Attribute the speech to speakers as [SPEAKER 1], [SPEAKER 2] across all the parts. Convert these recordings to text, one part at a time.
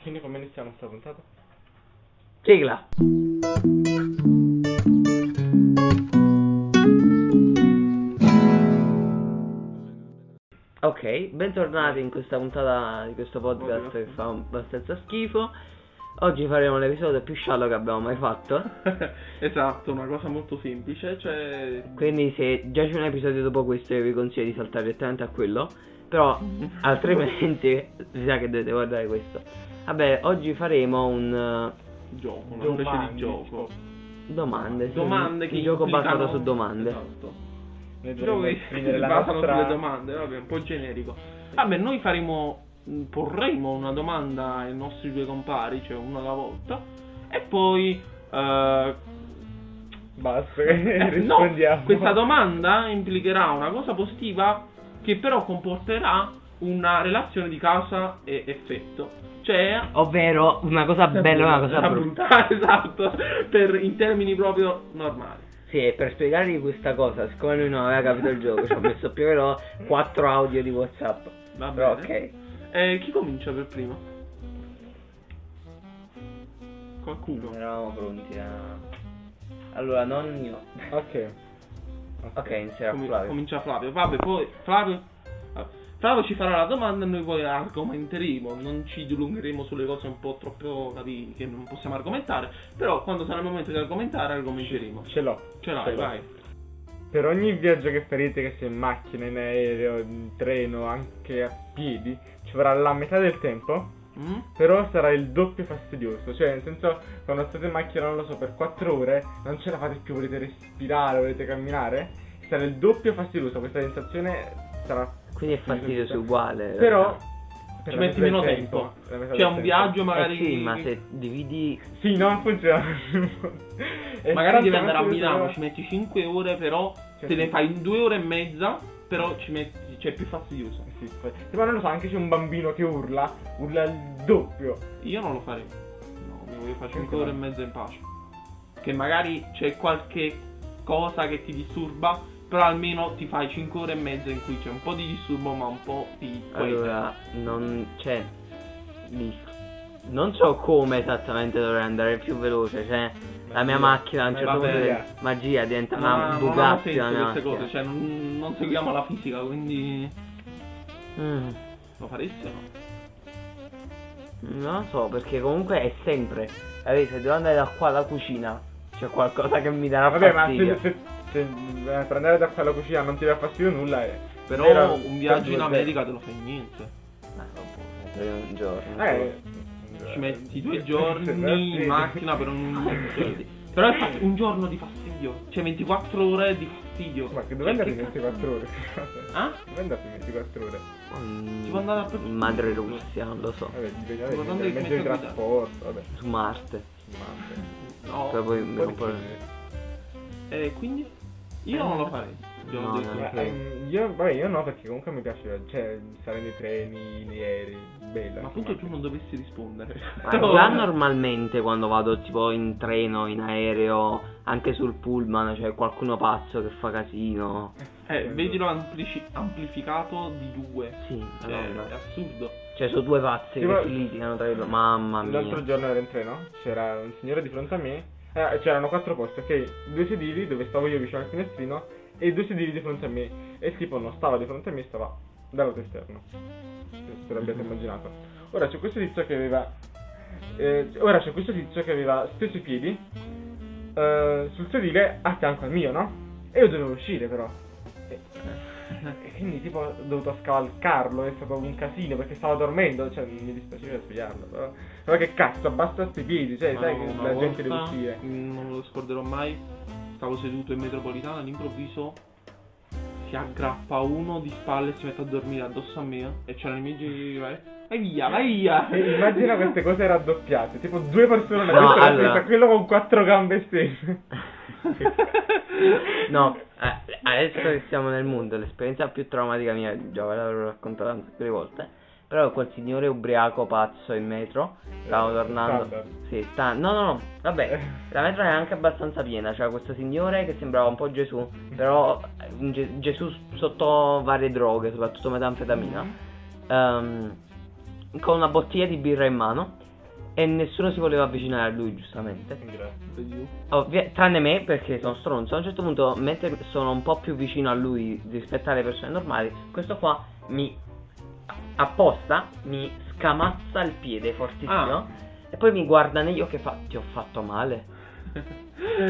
[SPEAKER 1] Quindi come iniziamo sta puntata?
[SPEAKER 2] Sigla. Ok, bentornati in questa puntata di questo podcast che fa abbastanza schifo. Oggi faremo l'episodio più sciallo che abbiamo mai fatto.
[SPEAKER 3] esatto, una cosa molto semplice, cioè...
[SPEAKER 2] Quindi se già c'è un episodio dopo questo io vi consiglio di saltare direttamente a quello. Però altrimenti si sa che dovete guardare questo. Vabbè, oggi faremo un eh,
[SPEAKER 3] Gioco, una
[SPEAKER 1] Domande,
[SPEAKER 3] specie di
[SPEAKER 1] tipo.
[SPEAKER 3] gioco.
[SPEAKER 2] domande, sì,
[SPEAKER 3] Domande
[SPEAKER 2] un-
[SPEAKER 3] che
[SPEAKER 2] un gioco
[SPEAKER 3] implicano-
[SPEAKER 2] basato su domande.
[SPEAKER 3] Esatto.
[SPEAKER 1] Noi dovremmo
[SPEAKER 3] Giochi che
[SPEAKER 1] esprimere
[SPEAKER 3] si
[SPEAKER 1] la
[SPEAKER 3] basano
[SPEAKER 1] nostra...
[SPEAKER 3] sulle domande, vabbè, un po' generico. Vabbè, noi faremo, mh, porremo una domanda ai nostri due compari, cioè una alla volta, e poi... eh,
[SPEAKER 1] Basta,
[SPEAKER 3] eh,
[SPEAKER 1] rispondiamo.
[SPEAKER 3] no, questa domanda implicherà una cosa positiva che però comporterà una relazione di causa e effetto. Cioè,
[SPEAKER 2] Ovvero una cosa bella e una cosa
[SPEAKER 3] Una
[SPEAKER 2] brutta.
[SPEAKER 3] brutta, esatto, per, in termini proprio normali.
[SPEAKER 2] Sì, e per spiegargli questa cosa, siccome lui non aveva capito il gioco, ci ho messo più o meno 4 audio di WhatsApp.
[SPEAKER 3] Va
[SPEAKER 2] Però
[SPEAKER 3] bene.
[SPEAKER 2] ok.
[SPEAKER 3] Eh, chi comincia per primo? Qualcuno.
[SPEAKER 2] Non
[SPEAKER 1] Eh,
[SPEAKER 2] eravamo pronti a. Allora, non io.
[SPEAKER 1] Ok.
[SPEAKER 2] Ok, inizierà
[SPEAKER 3] Comi-
[SPEAKER 2] Flavio.
[SPEAKER 3] Comincia Flavio. Vabbè, poi Flavio. vabbè. Flavio ci farà la domanda e noi poi argomenteremo. Non ci dilungheremo sulle cose un po' troppo capi- che non possiamo argomentare. Però quando sarà il momento di argomentare, argomenteremo.
[SPEAKER 1] Ce l'ho.
[SPEAKER 3] Ce l'hai,
[SPEAKER 1] ce l'ho.
[SPEAKER 3] vai.
[SPEAKER 1] Per ogni viaggio che farete, che sia in macchina, in aereo, in treno, anche a piedi, ci vorrà la metà del tempo
[SPEAKER 3] Mm?
[SPEAKER 1] però sarà il doppio fastidioso, cioè nel senso quando state in macchina, non lo so, per 4 ore non ce la fate più, volete respirare, volete camminare, sarà il doppio fastidioso, questa sensazione sarà...
[SPEAKER 2] Quindi è fastidioso uguale. Eh in
[SPEAKER 1] Però...
[SPEAKER 2] realtà.
[SPEAKER 1] per
[SPEAKER 3] Eh, Ci
[SPEAKER 1] la
[SPEAKER 3] metti
[SPEAKER 1] metà del
[SPEAKER 3] meno tempo.
[SPEAKER 1] per la metà
[SPEAKER 3] C'è
[SPEAKER 1] del
[SPEAKER 3] un
[SPEAKER 1] tempo.
[SPEAKER 3] viaggio magari.
[SPEAKER 2] Eh sì, ma se dividi.
[SPEAKER 1] Sì, non funziona. Esatto, È
[SPEAKER 3] Magari devi
[SPEAKER 1] esattamente
[SPEAKER 3] andare a Milano,
[SPEAKER 1] quello-
[SPEAKER 3] ci metti 5 ore, però
[SPEAKER 1] Cioè,
[SPEAKER 3] te ne
[SPEAKER 1] sì.
[SPEAKER 3] fai in 2 ore e mezza, però ci metti, cioè è più fastidioso.
[SPEAKER 1] Sì, poi- sì, ma non lo so, anche c'è un bambino che urla, urla il doppio.
[SPEAKER 3] Io non lo farei. No, mi voglio fare 5
[SPEAKER 1] Perché
[SPEAKER 3] ore e
[SPEAKER 1] no?
[SPEAKER 3] mezza in pace. Che magari c'è qualche cosa che ti disturba, però almeno ti fai 5 ore e mezza in cui c'è un po' di disturbo, ma un po' di
[SPEAKER 2] Allora, non. cioè. lì. Non so come esattamente dovrei andare più veloce, cioè. La mia macchina a un
[SPEAKER 1] Eh,
[SPEAKER 2] certo punto
[SPEAKER 1] vabbè.
[SPEAKER 2] diventa- magia diventa
[SPEAKER 3] Ah, Ma non
[SPEAKER 2] una
[SPEAKER 3] ha
[SPEAKER 2] Bugatti
[SPEAKER 3] senso
[SPEAKER 2] la mia
[SPEAKER 3] queste
[SPEAKER 2] macchina.
[SPEAKER 3] cose, cioè non, non seguiamo la fisica, quindi cioè.
[SPEAKER 2] Mm,
[SPEAKER 3] lo faresti o no?
[SPEAKER 2] non lo so, perché comunque è sempre. Capite, se devo andare da qua alla cucina, c'è qualcosa che mi
[SPEAKER 3] Eh,
[SPEAKER 2] darà
[SPEAKER 1] Ah, Vabbè, ma
[SPEAKER 2] fastidio.
[SPEAKER 1] se, se, se, eh, per andare da quella cucina non ti dà fastidio nulla è...
[SPEAKER 3] Però
[SPEAKER 1] Era-
[SPEAKER 3] un viaggio in
[SPEAKER 1] era-
[SPEAKER 3] America te lo fai in niente.
[SPEAKER 2] Ma dopo, entro un giorno.
[SPEAKER 1] Eh,
[SPEAKER 3] Ci metti
[SPEAKER 2] eh,
[SPEAKER 3] due giorni
[SPEAKER 1] Sì.
[SPEAKER 3] in macchina per un Però è fast- un giorno di fastidio. Cioè 24 ore di fastidio.
[SPEAKER 1] Ma che
[SPEAKER 3] Cioè,
[SPEAKER 1] dove andate in
[SPEAKER 3] cazzo-
[SPEAKER 1] 24 ore?
[SPEAKER 3] Ah?
[SPEAKER 1] Dove andate in 24 ore?
[SPEAKER 2] Mm,
[SPEAKER 3] Si può andare a-
[SPEAKER 2] in madre Russia, non lo so,
[SPEAKER 1] Vabbè, dipende
[SPEAKER 3] Ma quando
[SPEAKER 1] dal
[SPEAKER 3] è che
[SPEAKER 1] mezzo di
[SPEAKER 3] metto a
[SPEAKER 1] trasporto, vabbè.
[SPEAKER 2] su Marte.
[SPEAKER 1] Ma-
[SPEAKER 3] No.
[SPEAKER 2] Però Cioè, poi mi
[SPEAKER 1] Poi
[SPEAKER 2] rompo le-
[SPEAKER 1] dipende.
[SPEAKER 3] Eh, quindi io non lo farei. Già
[SPEAKER 2] No,
[SPEAKER 3] ho detto.
[SPEAKER 2] no.
[SPEAKER 1] Ma,
[SPEAKER 2] Ok.
[SPEAKER 1] ehm, Io, vabbè, io no, perché comunque mi piace, cioè, stare nei treni, nei aerei, bella.
[SPEAKER 3] Ma appunto tu non dovessi rispondere.
[SPEAKER 2] Ma già normalmente quando vado tipo in treno, in aereo, anche sul pullman c'è qualcuno pazzo che fa casino.
[SPEAKER 3] Eh, vedilo amplici- amplificato di due.
[SPEAKER 2] Sì,
[SPEAKER 3] Cioè,
[SPEAKER 2] madonna.
[SPEAKER 3] è assurdo.
[SPEAKER 2] Ah, Cioè sono due pazzi
[SPEAKER 1] Certo. Sì,
[SPEAKER 2] che
[SPEAKER 1] ma-
[SPEAKER 2] si litigano tra di loro. Mamma
[SPEAKER 1] L'altro
[SPEAKER 2] mia.
[SPEAKER 1] giorno ero in treno, c'era un signore di fronte a me, eh, c'erano quattro posti, ok? Due sedili dove stavo io vicino al finestrino e due sedili di fronte a me. E il tipo non stava di fronte a me, stava dal lato esterno. Se te l'abbiate
[SPEAKER 2] Mhm.
[SPEAKER 1] immaginato. Ora c'è questo tizio che aveva... eh, ora c'è questo tizio che aveva steso i piedi eh, sul sedile a fianco al mio, no? E io dovevo uscire però. E, e quindi tipo ho dovuto scavalcarlo, è stato un casino perché stavo dormendo, cioè mi dispiaceva svegliarlo, però, però che cazzo, abbassa sti piedi, cioè
[SPEAKER 3] Ma
[SPEAKER 1] sai
[SPEAKER 3] no,
[SPEAKER 1] che
[SPEAKER 3] una
[SPEAKER 1] la gente deve
[SPEAKER 3] volta,
[SPEAKER 1] uscire.
[SPEAKER 3] mm, Non me lo scorderò mai. Stavo seduto in metropolitana, all'improvviso si aggrappa uno di spalle e si mette a dormire addosso a me. E c'erano i miei genitori. Vai via, vai via!
[SPEAKER 1] E Eh, immagina queste cose raddoppiate, tipo due persone una
[SPEAKER 2] No,
[SPEAKER 1] destra e una
[SPEAKER 2] allora.
[SPEAKER 1] sinistra, quello con quattro gambe stese.
[SPEAKER 2] No, eh, adesso che siamo nel mondo, l'esperienza più traumatica mia, già ve l'avrò raccontata un sacco di volte, però quel signore ubriaco pazzo in metro, stavo
[SPEAKER 1] Eh,
[SPEAKER 2] tornando...
[SPEAKER 1] standard.
[SPEAKER 2] Sì, sta... No, no, no, vabbè, la metro era anche abbastanza piena, c'era questo signore che sembrava un po' Gesù, però eh, un Ge- Gesù s- sotto varie droghe, soprattutto metanfetamina, ehm, con una bottiglia di birra in mano e nessuno si voleva avvicinare a lui, giustamente.
[SPEAKER 1] Grazie.
[SPEAKER 2] Ovvia- tranne me, perché sono stronzo. A un certo punto, mentre sono un po' più vicino a lui rispetto alle persone normali, questo qua mi apposta, mi scamazza il piede fortissimo.
[SPEAKER 3] Ah.
[SPEAKER 2] E poi mi guarda negli occhi e fa: Ti ho fatto male.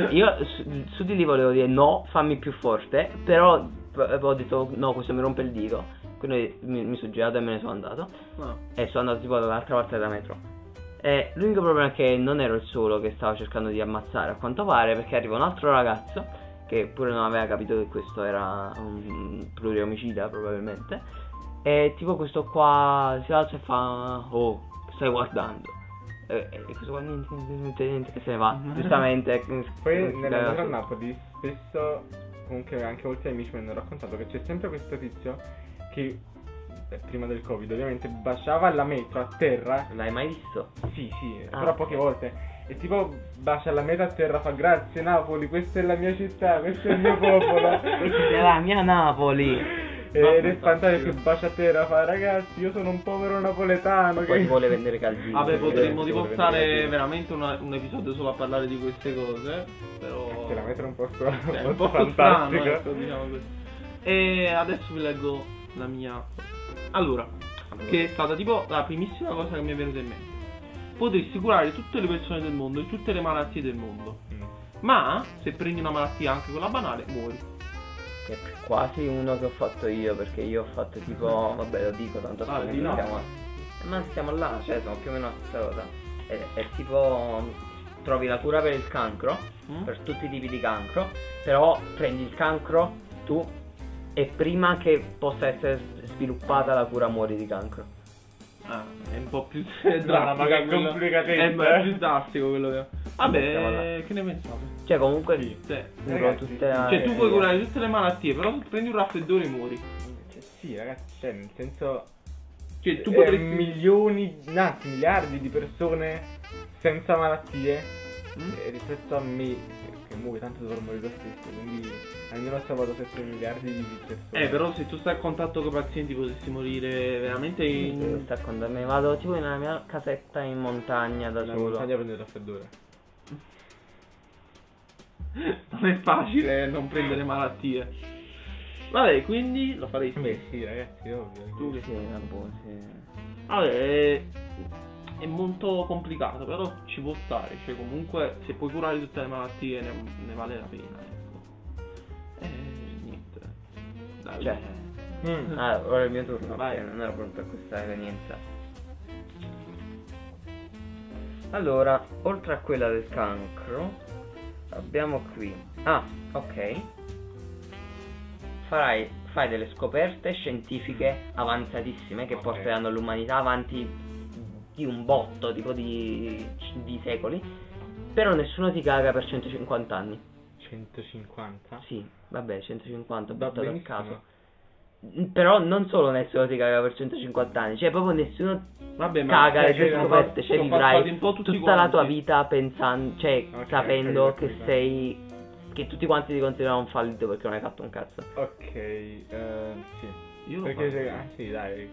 [SPEAKER 2] Io su, su di lì volevo dire no, fammi più forte, però p- ho detto no, questo mi rompe il dito, quindi mi, mi sono girato e me ne sono andato
[SPEAKER 3] No.
[SPEAKER 2] e sono andato tipo dall'altra parte della metro. E l'unico problema è che non ero il solo che stava cercando di ammazzare a quanto pare perché arriva un altro ragazzo che pure non aveva capito che questo era un pluriomicida probabilmente e tipo questo qua si alza e fa oh che stai guardando e, e questo qua niente niente niente, niente e se ne va giustamente
[SPEAKER 1] Poi
[SPEAKER 2] Eh,
[SPEAKER 1] nella zona a Napoli spesso, comunque anche molti amici mi hanno raccontato che c'è sempre questo tizio che, eh, prima del covid ovviamente, baciava la metro a terra.
[SPEAKER 2] l'hai mai visto?
[SPEAKER 1] Sì, sì,
[SPEAKER 2] Ah.
[SPEAKER 1] però poche volte. E tipo bacia la metro a terra, fa grazie Napoli, questa è la mia città, questo è il mio popolo.
[SPEAKER 2] questa è la mia Napoli
[SPEAKER 1] Ed
[SPEAKER 3] Mamma
[SPEAKER 1] è spantato
[SPEAKER 3] mia.
[SPEAKER 1] che bacia a terra, fa ragazzi, io sono un povero napoletano.
[SPEAKER 2] poi
[SPEAKER 1] che-"
[SPEAKER 2] ti vuole vendere calzini
[SPEAKER 3] Vabbè,
[SPEAKER 1] Eh,
[SPEAKER 3] potremmo
[SPEAKER 1] eh,
[SPEAKER 3] riportare
[SPEAKER 1] eh,
[SPEAKER 3] veramente una- un episodio solo a parlare di queste cose, però...
[SPEAKER 1] Cioè, la metro è un posto,
[SPEAKER 3] Cioè, è
[SPEAKER 1] un
[SPEAKER 3] un po'
[SPEAKER 1] posto
[SPEAKER 3] strano,
[SPEAKER 1] fantastico.
[SPEAKER 3] ecco, diciamo così. E adesso vi leggo la mia... Allora, che è stata tipo la primissima cosa che mi è venuta in mente. Potresti curare tutte le persone del mondo e tutte le malattie del mondo. Ma se prendi una malattia anche quella banale, muori.
[SPEAKER 2] Che è quasi uno che ho fatto io, perché io ho fatto tipo, vabbè lo dico, tanto
[SPEAKER 3] Ah,
[SPEAKER 2] so che
[SPEAKER 3] di no.
[SPEAKER 2] siamo- Ma siamo là, cioè sono più o meno la stessa cosa. È, è tipo, trovi la cura per il cancro,
[SPEAKER 3] Mm?
[SPEAKER 2] per tutti i tipi di cancro, però prendi il cancro tu e prima che possa essere s- sviluppata la cura muori di cancro.
[SPEAKER 3] Ah, è un po' più è
[SPEAKER 1] No, ma che
[SPEAKER 3] drastica quella-
[SPEAKER 1] complicatezza,
[SPEAKER 3] È, ma è
[SPEAKER 1] eh.
[SPEAKER 3] più drastico quello che...
[SPEAKER 2] Siamo
[SPEAKER 3] Vabbè,
[SPEAKER 2] là.
[SPEAKER 3] che ne pensate?
[SPEAKER 2] Cioè comunque
[SPEAKER 1] Sì.
[SPEAKER 3] Cioè,
[SPEAKER 2] curo
[SPEAKER 1] Ragazzi,
[SPEAKER 2] tutte la...
[SPEAKER 3] cioè, tu puoi curare tutte le malattie, però se prendi un raffreddore muori.
[SPEAKER 1] Cioè, sì, ragazzi, cioè, nel senso...
[SPEAKER 3] Cioè, tu
[SPEAKER 1] eh,
[SPEAKER 3] potresti...
[SPEAKER 1] milioni, no, miliardi di persone senza malattie
[SPEAKER 3] Mm?
[SPEAKER 1] eh, rispetto a me, che muoio tanto dovrò morire lo stesso, quindi almeno ho salvato 7 miliardi di persone.
[SPEAKER 3] Eh, però se tu stai a contatto con i pazienti potresti morire veramente
[SPEAKER 2] Io
[SPEAKER 3] in...
[SPEAKER 2] sta con me, vado tipo nella mia casetta in montagna da
[SPEAKER 1] la
[SPEAKER 2] solo.
[SPEAKER 1] montagna prende il raffreddore.
[SPEAKER 3] Non è facile eh, non prendere malattie. Vabbè, quindi lo faresti.
[SPEAKER 1] Beh, sì, ragazzi, ovvio.
[SPEAKER 3] Tu che-
[SPEAKER 2] Sì, vabbè, sì.
[SPEAKER 3] Vabbè, è... è molto complicato, però ci può stare. Cioè, comunque, se puoi curare tutte le malattie ne, ne vale la pena, ecco. E niente. Dai.
[SPEAKER 2] Cioè,
[SPEAKER 1] Mm.
[SPEAKER 2] Ah, ora è il mio turno.
[SPEAKER 3] Vai.
[SPEAKER 2] ok, non ero pronto a questa evenienza. Allora, oltre a quella del cancro, abbiamo qui. Ah, ok. Farai, fai delle scoperte scientifiche avanzatissime che
[SPEAKER 1] Ok.
[SPEAKER 2] porteranno l'umanità avanti di un botto, tipo di, di secoli. Però nessuno ti caga per 150 anni.
[SPEAKER 1] 150?
[SPEAKER 2] Sì, vabbè, 150,
[SPEAKER 1] Va
[SPEAKER 2] buttato a
[SPEAKER 1] benissimo.
[SPEAKER 2] caso. Però non solo nessuno ti caga per 150 anni, cioè proprio nessuno
[SPEAKER 3] Vabbè, ma
[SPEAKER 2] caga le
[SPEAKER 1] cioè,
[SPEAKER 2] tue
[SPEAKER 1] sono
[SPEAKER 2] scoperte,
[SPEAKER 3] fa-
[SPEAKER 2] cioè
[SPEAKER 3] sono passati
[SPEAKER 2] vivrai
[SPEAKER 3] un po' tutti
[SPEAKER 2] tutta la tua
[SPEAKER 3] quanti.
[SPEAKER 2] vita pensando, cioè
[SPEAKER 1] Ok,
[SPEAKER 2] sapendo
[SPEAKER 1] ok,
[SPEAKER 2] che
[SPEAKER 1] ok.
[SPEAKER 2] sei che tutti quanti ti considerano un fallito perché non hai fatto un cazzo.
[SPEAKER 1] Ok, eh, sì.
[SPEAKER 3] Io lo
[SPEAKER 1] Perché
[SPEAKER 3] farei.
[SPEAKER 1] se... ah, sì, dai.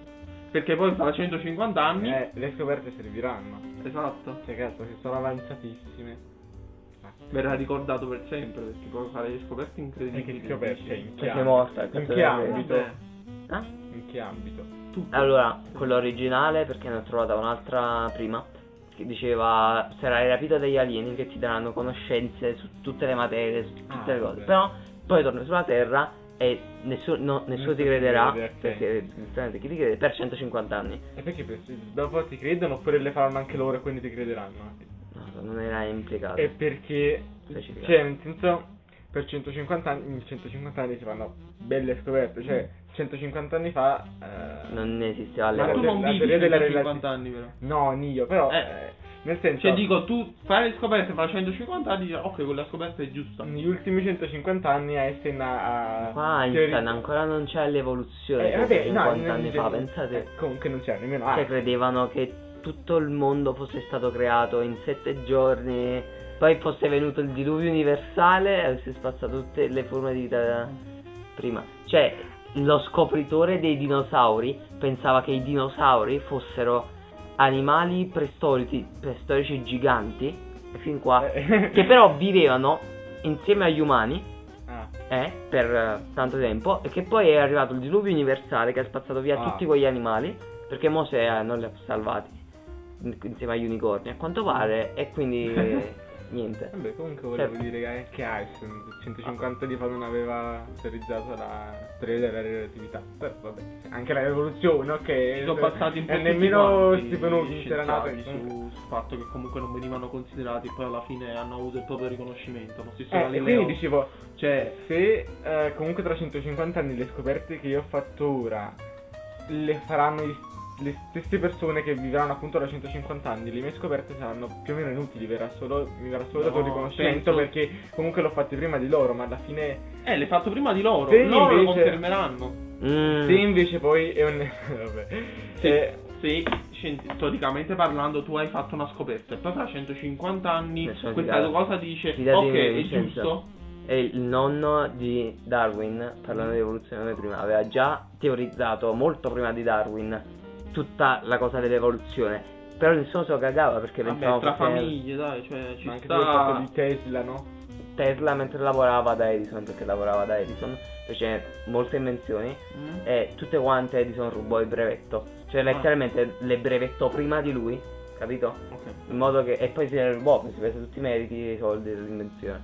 [SPEAKER 3] Perché poi fra 150 anni.
[SPEAKER 1] Eh, le scoperte serviranno.
[SPEAKER 3] Esatto.
[SPEAKER 1] Cioè, cazzo, che sono avanzatissime. Ah.
[SPEAKER 3] Verrà ricordato per sempre perché poi fare le scoperte
[SPEAKER 1] E
[SPEAKER 3] incredibili.
[SPEAKER 1] che scoperte? In che
[SPEAKER 2] Perché è
[SPEAKER 1] ambito?
[SPEAKER 2] morta,
[SPEAKER 1] In
[SPEAKER 2] cazzo
[SPEAKER 1] che
[SPEAKER 2] è-
[SPEAKER 1] ambito?
[SPEAKER 3] Vabbè,
[SPEAKER 2] Eh?
[SPEAKER 1] In che ambito?
[SPEAKER 3] tutto.
[SPEAKER 2] Allora, quello originale perché ne ho trovata un'altra prima che diceva sarai rapito dagli alieni che ti daranno conoscenze su tutte le materie, su tutte
[SPEAKER 1] Ah,
[SPEAKER 2] le cose.
[SPEAKER 1] vabbè.
[SPEAKER 2] Però poi torni sulla Terra e nessuno, no, nessuno ti crederà
[SPEAKER 1] crede, ok.
[SPEAKER 2] perché giustamente chi ti crede per 150 anni.
[SPEAKER 1] E perché pensi- dopo ti credono oppure le faranno anche loro e quindi ti crederanno?
[SPEAKER 2] No, non era implicato.
[SPEAKER 1] E perché,
[SPEAKER 2] Ah, Specificato.
[SPEAKER 1] cioè, nel senso, per 150 anni, in 150 anni si fanno belle scoperte, cioè, 150 anni fa... eh,
[SPEAKER 2] Mm. Non
[SPEAKER 1] Ma
[SPEAKER 2] esisteva
[SPEAKER 3] Ma tu
[SPEAKER 2] all'epoca.
[SPEAKER 3] non
[SPEAKER 1] la
[SPEAKER 3] vivi
[SPEAKER 1] teoria della
[SPEAKER 3] 150 anni però.
[SPEAKER 1] No, Nio, però,
[SPEAKER 3] Eh.
[SPEAKER 1] eh, nel senso,
[SPEAKER 3] Cioè dico, tu fai le scoperte fra 150 anni, dici, ok, quella scoperta è giusta.
[SPEAKER 1] negli ultimi 150 anni Einstein ha... ha
[SPEAKER 2] Qua Einstein
[SPEAKER 1] teorizzato-
[SPEAKER 2] ancora non c'è l'evoluzione.
[SPEAKER 1] Eh, vabbè, no,
[SPEAKER 2] 50 anni
[SPEAKER 1] nel-
[SPEAKER 2] fa, pensate.
[SPEAKER 1] eh, comunque non c'è nemmeno
[SPEAKER 2] Cioè,
[SPEAKER 1] Einstein.
[SPEAKER 2] credevano che tutto il mondo fosse stato creato in sette giorni, poi fosse venuto il diluvio universale e avesse spazzato tutte le forme di vita prima. Cioè, lo scopritore dei dinosauri pensava che i dinosauri fossero animali preistorici, preistorici giganti, fin qua,
[SPEAKER 1] Eh.
[SPEAKER 2] che però vivevano insieme agli umani
[SPEAKER 1] Ah,
[SPEAKER 2] eh, per eh, tanto tempo e che poi è arrivato il diluvio universale che ha spazzato via
[SPEAKER 1] Ah.
[SPEAKER 2] tutti quegli animali perché Mose eh, non li ha salvati in- insieme agli unicorni a quanto pare e quindi eh, niente.
[SPEAKER 1] vabbè, comunque volevo
[SPEAKER 2] Certo.
[SPEAKER 1] dire che anche Einstein 150 anni fa non aveva teorizzato la teoria della relatività. Però vabbè, anche la rivoluzione, ok?
[SPEAKER 3] Ci sono passati un po'
[SPEAKER 1] E eh, nemmeno Stephen Hawking era nato in
[SPEAKER 3] sul fatto che comunque non venivano considerati poi alla fine hanno avuto il proprio riconoscimento lo stesso
[SPEAKER 1] Eh, e
[SPEAKER 3] Galileo
[SPEAKER 1] quindi dicevo,
[SPEAKER 3] cioè
[SPEAKER 1] se eh, comunque tra 150 anni le scoperte che io ho fatto ora le faranno gli- le stesse persone che vivranno appunto tra 150 anni, le mie scoperte saranno più o meno inutili, verrà solo, mi verrà solo dato
[SPEAKER 3] No, certo.
[SPEAKER 1] il riconoscimento
[SPEAKER 3] penso-
[SPEAKER 1] perché comunque l'ho fatto prima di loro, ma alla fine
[SPEAKER 3] eh l'hai fatto prima di loro
[SPEAKER 1] Se
[SPEAKER 3] loro lo
[SPEAKER 1] invece-
[SPEAKER 3] confermeranno
[SPEAKER 2] Mm.
[SPEAKER 1] se invece poi è un... vabbè. Eh,
[SPEAKER 3] se, se scien- teoricamente parlando tu hai fatto una scoperta e poi fra 150 anni
[SPEAKER 2] Nessuno ti
[SPEAKER 3] questa
[SPEAKER 2] dà-
[SPEAKER 3] cosa dice
[SPEAKER 2] ti dà di
[SPEAKER 3] ok è
[SPEAKER 2] licenza."
[SPEAKER 3] giusto
[SPEAKER 2] E il nonno di Darwin, parlando di evoluzione come prima, aveva già teorizzato molto prima di Darwin tutta la cosa dell'evoluzione. Però nessuno se lo cagava perché
[SPEAKER 3] Vabbè,
[SPEAKER 2] pensavo
[SPEAKER 3] tra
[SPEAKER 2] fosse
[SPEAKER 3] famiglie dai cioè ci
[SPEAKER 1] ma anche solo il fatto
[SPEAKER 3] sta
[SPEAKER 1] di Tesla, no?
[SPEAKER 2] Tesla mentre lavorava da Edison, perché lavorava da Edison, fece molte invenzioni
[SPEAKER 3] Mm?
[SPEAKER 2] e tutte quante Edison rubò il brevetto.
[SPEAKER 1] Ah.
[SPEAKER 2] Cioè letteralmente le brevettò prima di lui, capito?
[SPEAKER 3] Ok.
[SPEAKER 2] In modo che... E poi se ne rubò, si prese tutti i meriti e i soldi dell'invenzione.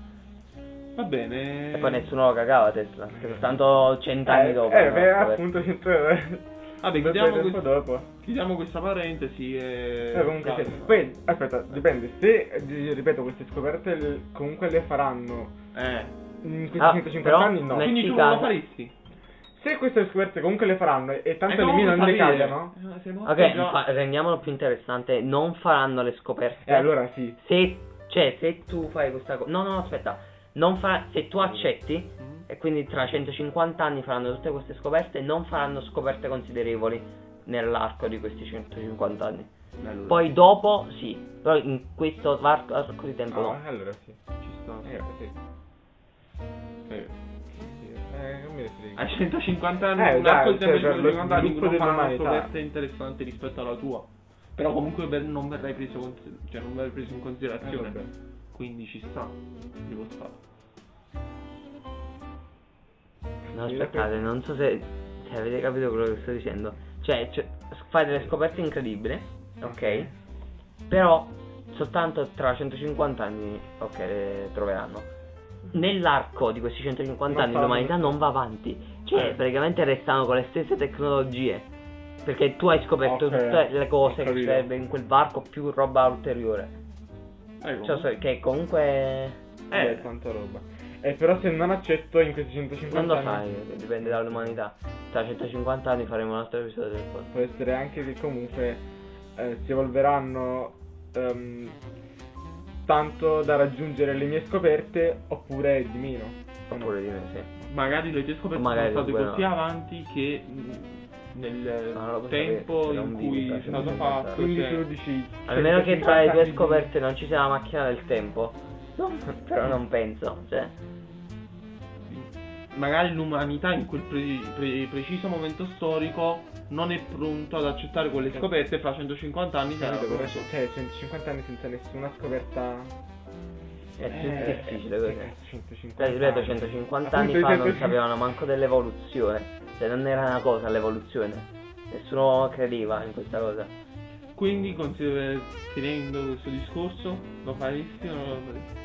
[SPEAKER 3] va bene
[SPEAKER 2] E poi nessuno lo cagava Tesla, perché tanto cent'anni
[SPEAKER 1] Mm. eh,
[SPEAKER 2] dopo...
[SPEAKER 1] eh,
[SPEAKER 2] no,
[SPEAKER 1] beh,
[SPEAKER 2] vabbè.
[SPEAKER 1] appunto, cento- per
[SPEAKER 3] vabbè chiudiamo,
[SPEAKER 1] tempo
[SPEAKER 3] quest-
[SPEAKER 1] dopo.
[SPEAKER 3] chiudiamo questa parentesi e
[SPEAKER 1] Eh, comunque sì.
[SPEAKER 3] Dai.
[SPEAKER 1] Poi, aspetta, dipende, se, eh, ripeto, queste scoperte le- comunque le faranno
[SPEAKER 3] eh
[SPEAKER 1] in questi
[SPEAKER 2] Ah,
[SPEAKER 1] 150
[SPEAKER 2] però
[SPEAKER 1] anni, no.
[SPEAKER 2] nel-
[SPEAKER 3] quindi tu
[SPEAKER 2] Metti
[SPEAKER 3] non lo
[SPEAKER 2] casa.
[SPEAKER 3] faresti
[SPEAKER 1] Se queste scoperte comunque le faranno e tanto
[SPEAKER 3] Eh,
[SPEAKER 1] le mie non
[SPEAKER 3] comunque
[SPEAKER 1] le
[SPEAKER 3] sapere.
[SPEAKER 1] cambiano,
[SPEAKER 3] Eh, se no,
[SPEAKER 2] Ok,
[SPEAKER 3] se già-
[SPEAKER 2] fa- rendiamolo più interessante, non faranno le scoperte.
[SPEAKER 1] eh, allora sì.
[SPEAKER 2] Se, cioè, se tu fai questa cosa... No, no, no, aspetta. Non fa- se tu accetti,
[SPEAKER 3] Mm.
[SPEAKER 2] e quindi tra 150 anni faranno tutte queste scoperte, non faranno scoperte considerevoli nell'arco di questi 150 anni.
[SPEAKER 3] Bello,
[SPEAKER 2] Poi dopo sì, però in questo arco, arco di tempo no.
[SPEAKER 1] Ah, allora sì.
[SPEAKER 3] ci sta.
[SPEAKER 1] Eh, sì.
[SPEAKER 3] Eh.
[SPEAKER 1] Eh, non mi
[SPEAKER 2] Ah,
[SPEAKER 3] A
[SPEAKER 1] ricordo.
[SPEAKER 3] 150 anni,
[SPEAKER 1] Eh,
[SPEAKER 3] un
[SPEAKER 1] dai,
[SPEAKER 3] arco di tempo
[SPEAKER 1] cioè, per
[SPEAKER 3] di
[SPEAKER 1] lo
[SPEAKER 3] 150 anni in cui non
[SPEAKER 1] sviluppo
[SPEAKER 3] fare una
[SPEAKER 1] dell'umanità.
[SPEAKER 3] scoperta interessante rispetto alla tua. Però comunque ver- non verrai preso, con- cioè, non verrai preso in
[SPEAKER 1] Eh,
[SPEAKER 3] considerazione.
[SPEAKER 1] vabbè.
[SPEAKER 3] Quindi ci sta. Ci può stare.
[SPEAKER 2] No, aspettate, non so se, se avete capito quello che sto dicendo. Cioè, cioè, fai delle scoperte incredibili, ok? Però soltanto tra 150 anni, ok, le troveranno. Nell'arco di questi 150
[SPEAKER 1] Non
[SPEAKER 2] anni
[SPEAKER 1] fanno-
[SPEAKER 2] l'umanità non va avanti. Cioè,
[SPEAKER 1] Eh.
[SPEAKER 2] praticamente restano con le stesse tecnologie. Perché tu hai scoperto
[SPEAKER 1] Ok,
[SPEAKER 2] tutte le cose
[SPEAKER 1] ho
[SPEAKER 2] che
[SPEAKER 1] capito.
[SPEAKER 2] serve in quel varco più roba ulteriore.
[SPEAKER 3] Ecco.
[SPEAKER 2] Cioè, so- che comunque.
[SPEAKER 1] Eh,
[SPEAKER 3] eh,
[SPEAKER 1] quanta roba. Eh, però se non accetto in questi 150
[SPEAKER 2] Non lo
[SPEAKER 1] anni,
[SPEAKER 2] sai, dipende dall'umanità. Tra 150 anni faremo un altro episodio del podcast.
[SPEAKER 1] può essere anche che comunque eh, si evolveranno ehm, tanto da raggiungere le mie scoperte oppure di meno. o no?
[SPEAKER 2] Oppure di me, sì.
[SPEAKER 3] magari le tue scoperte sono
[SPEAKER 2] Magari,
[SPEAKER 3] state
[SPEAKER 2] quello-
[SPEAKER 3] così avanti che mh, nel
[SPEAKER 2] Ah, No, non lo posso
[SPEAKER 3] tempo
[SPEAKER 2] sapere, c'era
[SPEAKER 3] in
[SPEAKER 2] un
[SPEAKER 3] cui
[SPEAKER 2] limite,
[SPEAKER 3] è stato
[SPEAKER 2] quindi-
[SPEAKER 3] fatto.
[SPEAKER 1] 15
[SPEAKER 3] cioè-
[SPEAKER 1] 12
[SPEAKER 2] A meno che
[SPEAKER 1] 150
[SPEAKER 2] tra le
[SPEAKER 1] anni
[SPEAKER 2] tue
[SPEAKER 1] di-
[SPEAKER 2] scoperte non ci sia la macchina del tempo. Però non penso, cioè.
[SPEAKER 3] magari l'umanità in quel pre- pre- preciso momento storico non è pronta ad accettare quelle scoperte e fra 150 anni sarà
[SPEAKER 1] Capito, però,
[SPEAKER 3] pronto.
[SPEAKER 1] cioè 150 anni senza nessuna scoperta
[SPEAKER 2] È
[SPEAKER 1] Eh, Ah,
[SPEAKER 2] difficile
[SPEAKER 1] che
[SPEAKER 2] questo.
[SPEAKER 1] cazzo, 150
[SPEAKER 2] Tra ripeto,
[SPEAKER 1] anni.
[SPEAKER 2] 150
[SPEAKER 1] Appunto,
[SPEAKER 2] anni fa non
[SPEAKER 1] 150
[SPEAKER 2] sapevano manco dell'evoluzione. Cioè non era una cosa l'evoluzione. Nessuno credeva in questa cosa.
[SPEAKER 3] quindi consider- tenendo questo discorso lo faresti o non lo faresti?